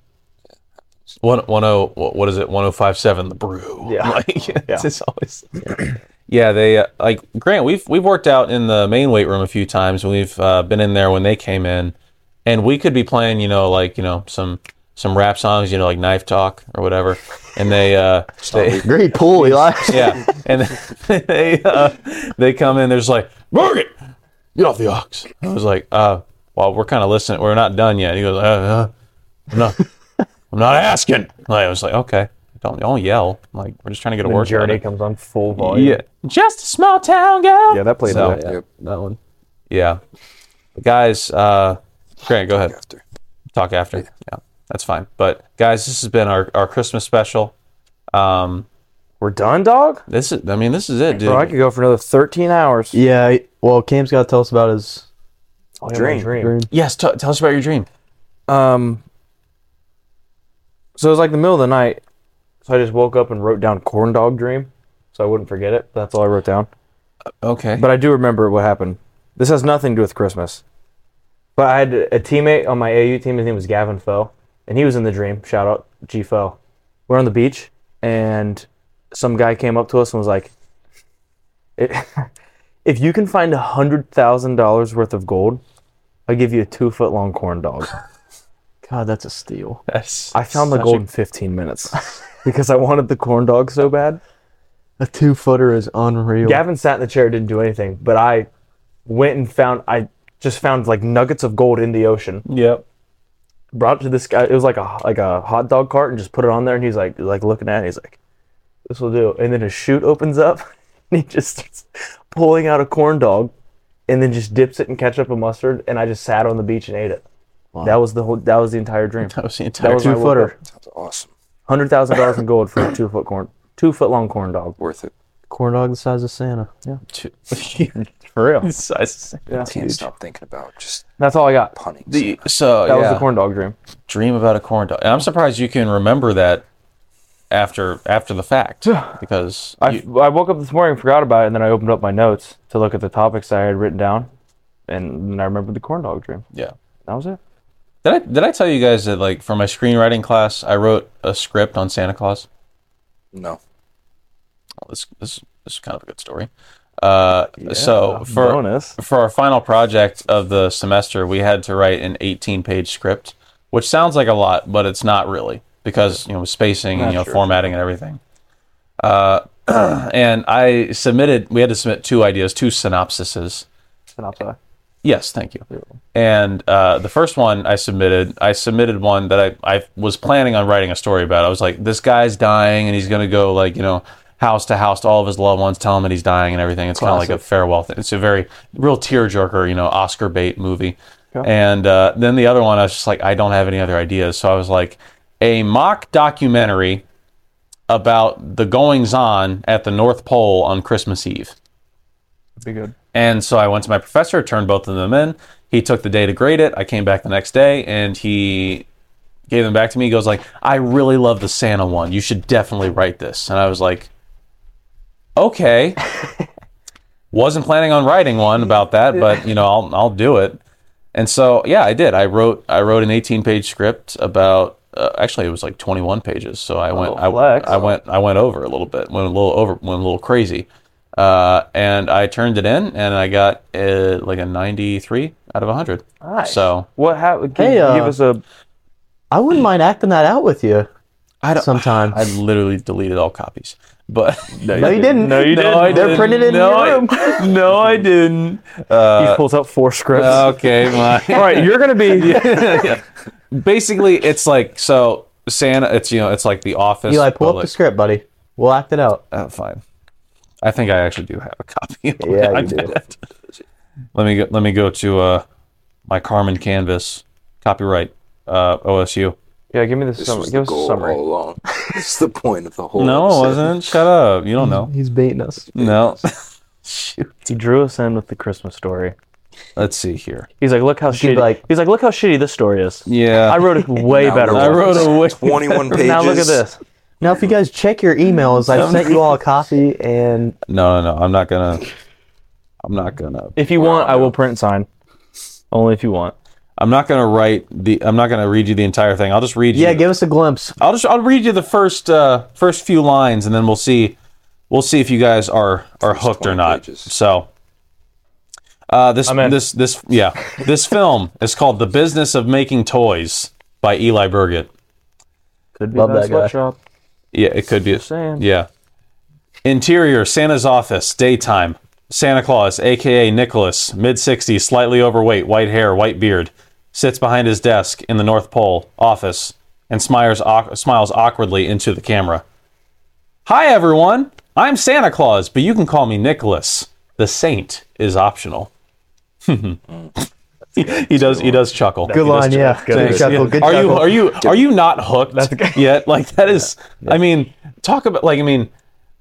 Speaker 1: One, one oh, wha- what is it? 1057 The Brew.
Speaker 2: Yeah.
Speaker 1: Like, it's just always. Yeah, they, uh, like, Grant, we've, we've worked out in the main weight room a few times. We've uh, been in there when they came in, and we could be playing, you know, like, you know, some. Some rap songs, you know, like Knife Talk or whatever, and they, uh, they
Speaker 4: Great pool, Eli.
Speaker 1: yeah, and they uh, they come in. There's like Morgan, get off the ox. I was like, uh, well, we're kind of listening. We're not done yet. He goes, uh, uh, no, I'm not asking. Like, I was like, okay, don't don't yell. I'm like we're just trying to get a word
Speaker 5: Journey
Speaker 1: in.
Speaker 5: comes on full volume.
Speaker 1: Yeah, just a small town girl.
Speaker 2: Yeah, that played
Speaker 1: So-
Speaker 2: out.
Speaker 4: Yeah,
Speaker 3: Yep.
Speaker 4: that one.
Speaker 1: Yeah. Guys, uh, Grant, go ahead.
Speaker 3: after.
Speaker 1: Talk after. Yeah. that's fine. But guys, this has been our, our Christmas special. Um,
Speaker 2: We're done, dog.
Speaker 1: this is, I mean, this is it, dude.
Speaker 2: Bro, I could go for another 13 hours.
Speaker 4: Yeah. he- Well, Cam's got to tell us about his
Speaker 2: Oh, yeah, my
Speaker 3: Dream.
Speaker 4: dream.
Speaker 1: yes, t- tell us about your dream.
Speaker 2: Um. So it was like the middle of the night, so I just woke up and wrote down corn dog dream, so I wouldn't forget it. That's all I wrote down.
Speaker 1: Okay.
Speaker 2: But I do remember what happened. This has nothing to do with Christmas. But I had a teammate on my AU team. His name was Gavin Fell, and he was in the dream. Shout out G Fell. We're on the beach, and some guy came up to us and was like, "I- "If you can find a hundred thousand dollars worth of gold, I'll give you a two foot long corn dog."
Speaker 4: God, that's a steal.
Speaker 1: That's-
Speaker 2: I found the
Speaker 1: such a-
Speaker 2: gold in 15 minutes because I wanted the corn dog so bad.
Speaker 4: A two footer is unreal.
Speaker 2: Gavin sat in the chair, didn't do anything, but I went and found, I just found like nuggets of gold in the ocean.
Speaker 1: Yep.
Speaker 2: Brought it to this guy. It was like a like a hot dog cart, and just put it on there. And he's like, like looking at it. He's like, "This will do." And then his chute opens up, and he just starts pulling out a corn dog, and then just dips it in ketchup and mustard. And I just sat on the beach and ate it. That was the whole. That was the entire dream.
Speaker 1: That was the
Speaker 2: That
Speaker 1: entire
Speaker 2: was my woke up.
Speaker 3: Sounds awesome.
Speaker 2: hundred thousand dollars in gold for a two foot corn, two foot long corn dog.
Speaker 3: Worth it.
Speaker 4: Corn dog the size of Santa. Yeah.
Speaker 2: For real.
Speaker 1: so,
Speaker 3: Can't stop thinking about just
Speaker 2: That's all I got.
Speaker 3: punning.
Speaker 1: the, so
Speaker 2: That was
Speaker 1: yeah.
Speaker 2: the corn dog dream.
Speaker 1: dream about a corn dog. And I'm surprised you can remember that after after the fact because
Speaker 2: I,
Speaker 1: you-
Speaker 2: I woke up this morning, and forgot about it, and then I opened up my notes to look at the topics I had written down, and then I remembered the corn dog dream.
Speaker 1: yeah.
Speaker 2: That was it.
Speaker 1: Did I did I tell you guys that like for my screenwriting class I wrote a script on Santa Claus?
Speaker 3: No.
Speaker 1: Well, this this this is kind of a good story. Uh, so for
Speaker 2: Bonus.
Speaker 1: for our final project of the semester, we had to write an 18 page script, which sounds like a lot, but it's not really because you know spacing and you know formatting and everything. Uh, and I submitted. We had to submit two ideas, two synopsises.
Speaker 2: Synopsis.
Speaker 1: Yes, thank you. And uh, the first one I submitted, I submitted one that I, I was planning on writing a story about. I was like, this guy's dying, and he's gonna go like you know house to house to all of his loved ones, tell him that he's dying and everything. It's kind of like a farewell thing. It's a very real tearjerker, you know, Oscar bait movie. And uh, then the other one, I was just like, I don't have any other ideas, so I was like, a mock documentary about the goings on at the North Pole on Christmas Eve.
Speaker 2: Be good.
Speaker 1: And so I went to my professor, turned both of them in. He took the day to grade it. I came back the next day and he gave them back to me. He goes like, "I really love the Santa one. You should definitely write this." And I was like, "Okay." Wasn't planning on writing one about that, but you know, I'll I'll do it. And so, yeah, I did. I wrote I wrote an 18-page script about uh, actually it was like 21 pages. So I went I,
Speaker 2: flex.
Speaker 1: I went I went over a little bit. Went a little over went a little crazy. Uh, and I turned it in and I got uh, like a 93 out of 100.
Speaker 2: Nice.
Speaker 1: So,
Speaker 2: What happened? Can
Speaker 4: Hey,
Speaker 2: you
Speaker 4: uh,
Speaker 2: give us a
Speaker 4: I wouldn't mind acting that out with you.
Speaker 1: I don't
Speaker 4: Sometime.
Speaker 1: I literally deleted all copies. But
Speaker 4: no, you didn't.
Speaker 2: No, oh, you didn't.
Speaker 1: I
Speaker 4: They're
Speaker 1: didn't.
Speaker 4: printed in
Speaker 1: No, I-
Speaker 4: your room.
Speaker 1: no, I didn't. Uh,
Speaker 2: he pulls out four scripts.
Speaker 1: Okay,
Speaker 2: all right, you're gonna be.
Speaker 1: Basically, it's like so Santa. It's you know, it's like the office.
Speaker 4: Eli, pull up
Speaker 1: but
Speaker 4: the script, buddy. We'll act it out.
Speaker 1: like- oh, fine. I think I actually do have a copy. of
Speaker 4: Yeah,
Speaker 1: it.
Speaker 4: you do.
Speaker 1: Let me go, let me go to uh, my Carmen Canvas copyright uh, OSU.
Speaker 2: Yeah, give me the
Speaker 3: This
Speaker 2: sum-
Speaker 3: was
Speaker 2: Give us a
Speaker 3: the goal all
Speaker 2: summary.
Speaker 3: along. this is the point of the whole.
Speaker 1: No, it
Speaker 3: episode.
Speaker 1: wasn't. Shut up. You don't know.
Speaker 4: He's baiting us.
Speaker 1: No.
Speaker 2: He drew us in with the Christmas story.
Speaker 1: Let's see here.
Speaker 2: He's like, look how shitty.
Speaker 4: like-
Speaker 2: he's like, look how shitty this story is.
Speaker 1: Yeah.
Speaker 2: I wrote it way
Speaker 3: Now
Speaker 2: better.
Speaker 3: we're
Speaker 1: I wrote a way.
Speaker 3: 21 pages.
Speaker 2: now look at this.
Speaker 4: Now, if you guys check your emails, I sent you all a copy, and
Speaker 1: No, no, no. I'm not gonna. I'm not gonna.
Speaker 2: If you want, I will print and sign. Only if you want.
Speaker 1: I'm not gonna write the. I'm not gonna read you the entire thing. I'll just read you.
Speaker 4: yeah, give us a glimpse.
Speaker 1: I'll just. I'll read you the first uh, first few lines, and then we'll see. We'll see if you guys are are hooked or
Speaker 3: 20
Speaker 1: not.
Speaker 3: pages.
Speaker 1: So. Uh, this
Speaker 2: in.
Speaker 1: this this yeah this film is called The Business of Making Toys by Eli Burgett.
Speaker 2: Could be
Speaker 4: Love
Speaker 2: Bass
Speaker 4: that guy.
Speaker 2: Workshop.
Speaker 1: Yeah, it could be.
Speaker 2: saying.
Speaker 1: Yeah. Interior Santa's office, daytime. Santa Claus, aka Nicholas, mid 60s, slightly overweight, white hair, white beard, sits behind his desk in the North Pole office. and smiles, awk- smiles awkwardly into the camera. Hi, everyone. I'm Santa Claus, but you can call me Nicholas. The saint is optional. he does. He does chuckle.
Speaker 6: Mm. Good line, yeah. Good
Speaker 1: Thanks.
Speaker 6: chuckle.
Speaker 1: Yeah.
Speaker 6: Good
Speaker 1: are
Speaker 6: chuckle.
Speaker 1: you are you are you not hooked yet? Like that is, I mean, talk about like I mean,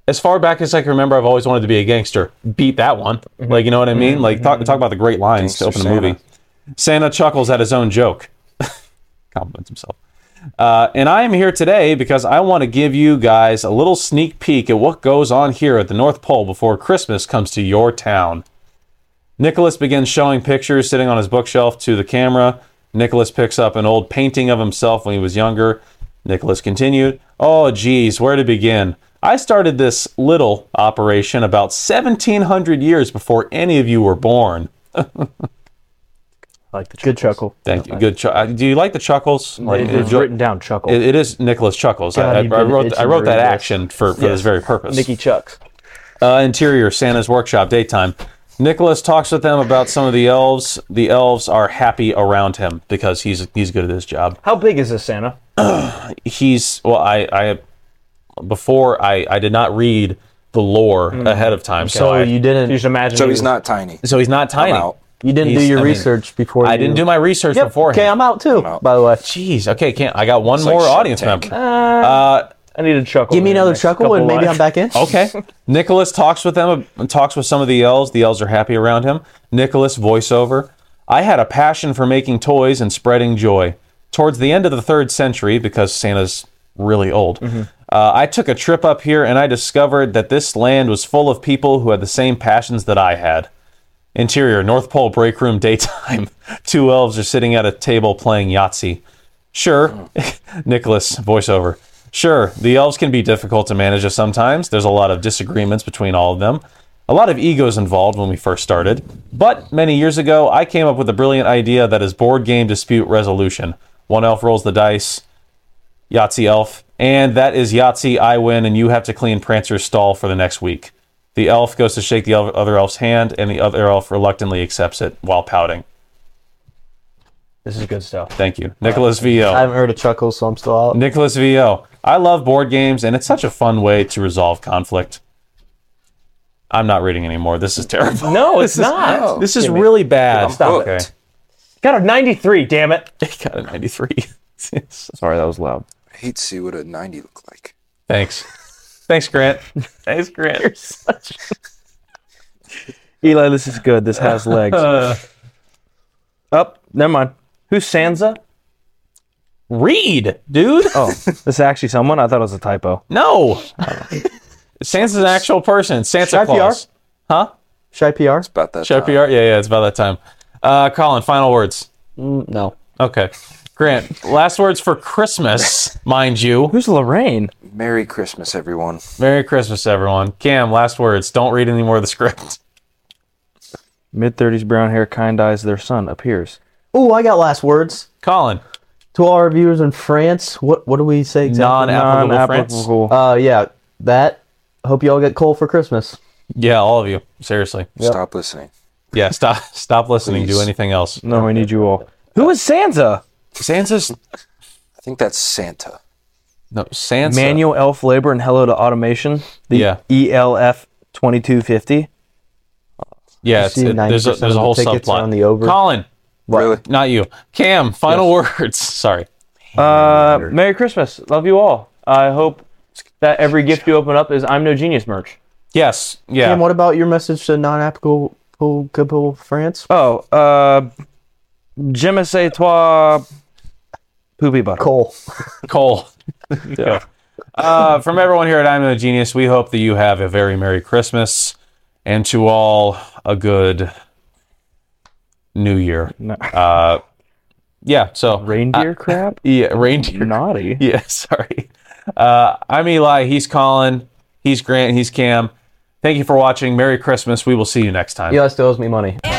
Speaker 1: as far back as I can remember, I've always wanted to be a gangster. Beat that one, like you know what I mean? Like talk talk about the great lines to open
Speaker 3: Gangster
Speaker 1: the movie. Santa chuckles at his own joke, compliments himself. Uh, and I am here today because I want to give you guys a little sneak peek at what goes on here at the North Pole before Christmas comes to your town. Nicholas begins showing pictures sitting on his bookshelf to the camera. Nicholas picks up an old painting of himself when he was younger. Nicholas continued, Oh, geez, where to begin? I started this little operation about 1700 years before any of you were born.
Speaker 6: I like the
Speaker 5: Good chuckle.
Speaker 1: Thank you. Good. Chu- uh, do you like the chuckles? Like,
Speaker 6: It is
Speaker 1: enjoy-
Speaker 6: written down chuckle.
Speaker 1: It- it is Nicholas chuckles.
Speaker 6: God,
Speaker 1: I, I,
Speaker 6: you've
Speaker 1: I
Speaker 6: been
Speaker 1: wrote. I
Speaker 6: itching
Speaker 1: wrote
Speaker 6: to
Speaker 1: that
Speaker 6: read this.
Speaker 1: action for, for this very purpose.
Speaker 5: Nicky Chucks.
Speaker 1: Uh, interior Santa's workshop daytime. Nicholas talks with them about some of the elves. The elves are happy around him because he's he's good at his job.
Speaker 5: How big is this Santa?
Speaker 1: He's well. I I before I I did not read the lore ahead of time, so
Speaker 4: So
Speaker 1: I,
Speaker 4: Oh, you didn't
Speaker 5: You just imagine.
Speaker 3: So he's not tiny.
Speaker 1: so he's not tiny.
Speaker 3: out.
Speaker 4: you didn't do
Speaker 1: he's-
Speaker 4: your
Speaker 1: I mean,
Speaker 4: research before.
Speaker 1: I
Speaker 4: you-
Speaker 1: didn't do my research
Speaker 4: Yep.
Speaker 1: beforehand.
Speaker 4: Okay, I'm out too.
Speaker 3: out.
Speaker 4: By the way,
Speaker 1: Jeez. Okay, can't I got one
Speaker 3: like
Speaker 1: more
Speaker 3: Shark
Speaker 1: audience
Speaker 3: Tank.
Speaker 1: member? Uh,
Speaker 5: I need a chuckle.
Speaker 4: give me
Speaker 5: in the
Speaker 4: another
Speaker 5: next
Speaker 4: chuckle
Speaker 5: couple
Speaker 4: and maybe
Speaker 5: lines.
Speaker 4: I'm back in.
Speaker 1: Okay. Nicholas talks with them, talks with some of the elves. The elves are happy around him. Nicholas, voiceover. I had a passion for making toys and spreading joy. Towards the end of the third century, because Santa's really old, uh, I took a trip up here and I discovered that this land was full of people who had the same passions that I had. Interior, North Pole break room, daytime. Two elves are sitting at a table playing Yahtzee. Sure. Nicholas, voiceover. Sure, the elves can be difficult to manage sometimes. There's a lot of disagreements between all of them. A lot of egos involved when we first started. But many years ago, I came up with a brilliant idea that is board game dispute resolution. One elf rolls the dice, Yahtzee elf, and that is Yahtzee, I win, and you have to clean Prancer's stall for the next week. The elf goes to shake the el- other elf's hand, and the other elf reluctantly accepts it while pouting.
Speaker 5: This is good stuff.
Speaker 1: Thank you. Nicholas VO.
Speaker 4: I haven't heard a chuckle, so I'm still out.
Speaker 1: Nicholas VO. I love board games, and it's such a fun way to resolve conflict. I'm not reading anymore. This is terrible.
Speaker 5: No, it's not.
Speaker 1: This is really bad.
Speaker 3: Stop
Speaker 1: Okay.
Speaker 3: it.
Speaker 5: Got a 93. Damn it.
Speaker 1: Got a 93.
Speaker 2: Sorry, that was loud.
Speaker 3: I hate to see what a 90 look like.
Speaker 1: Thanks. Thanks, Grant. Thanks, Grant.
Speaker 2: Eli, this is good. This has legs.
Speaker 5: Up. Never mind. Who's Sansa?
Speaker 1: Read, dude.
Speaker 2: Oh, this is actually someone. I thought it was a typo.
Speaker 1: No. Sansa's an actual person. Santa
Speaker 4: Shy PR?
Speaker 1: Claus.
Speaker 4: Shy PR?
Speaker 3: About that
Speaker 1: Shy PR?
Speaker 3: time.
Speaker 1: Yeah, yeah. It's about that time. Uh, Colin, final words.
Speaker 4: Mm, No.
Speaker 1: Okay. Grant, last words for Christmas, mind you.
Speaker 2: Who's Lorraine?
Speaker 3: Merry Christmas, everyone.
Speaker 1: Merry Christmas, everyone. Cam, last words. Don't read any more of the script.
Speaker 2: Mid 30s, brown hair, kind eyes, their son appears.
Speaker 4: Ooh, I got last words
Speaker 1: Colin,
Speaker 4: to all our viewers in France. What what do we say exactly?
Speaker 1: non-applicable, friends.
Speaker 2: Non-applicable.
Speaker 4: Uh, yeah, that. Hope you all get coal for Christmas.
Speaker 1: Yeah, all of you. Seriously.
Speaker 3: Stop listening.
Speaker 1: Yeah, stop stop listening. Do anything else.
Speaker 2: No, we need you all.
Speaker 5: Who is Sansa?
Speaker 1: Sansa's
Speaker 3: I think that's Santa.
Speaker 1: no Sansa.
Speaker 2: Manual elf labor and hello to automation. The
Speaker 1: Yeah.
Speaker 2: ELF 2250.
Speaker 1: Yeah, it's,
Speaker 4: See,
Speaker 1: it- there's a
Speaker 4: 90%
Speaker 1: there's a
Speaker 4: of
Speaker 1: whole
Speaker 4: the tickets are
Speaker 1: subplot.
Speaker 4: on the over.
Speaker 1: Colin,
Speaker 3: Really?
Speaker 1: not you. Cam, final words. Sorry.
Speaker 5: Uh, Merry Christmas. Love you all. I hope that every gift you open up is I'm No Genius merch.
Speaker 1: Yes. Yeah.
Speaker 4: And what about your message to non-applicable coal- couple France?
Speaker 2: Oh, uh, je me sais toi, poopy butter.
Speaker 4: Coal.
Speaker 1: Cole. Yeah. Uh, from everyone here at I'm No Genius, we hope that you have a very Merry Christmas and to all a good New Year. Uh, yeah, so.
Speaker 2: Reindeer crap?
Speaker 1: Yeah, reindeer.
Speaker 2: Naughty.
Speaker 1: Yeah, sorry. Uh, I'm Eli. He's Colin. He's Grant. He's Cam. Thank you for watching. Merry Christmas. We will see you next time.
Speaker 4: Eli still owes me money.
Speaker 7: Everybody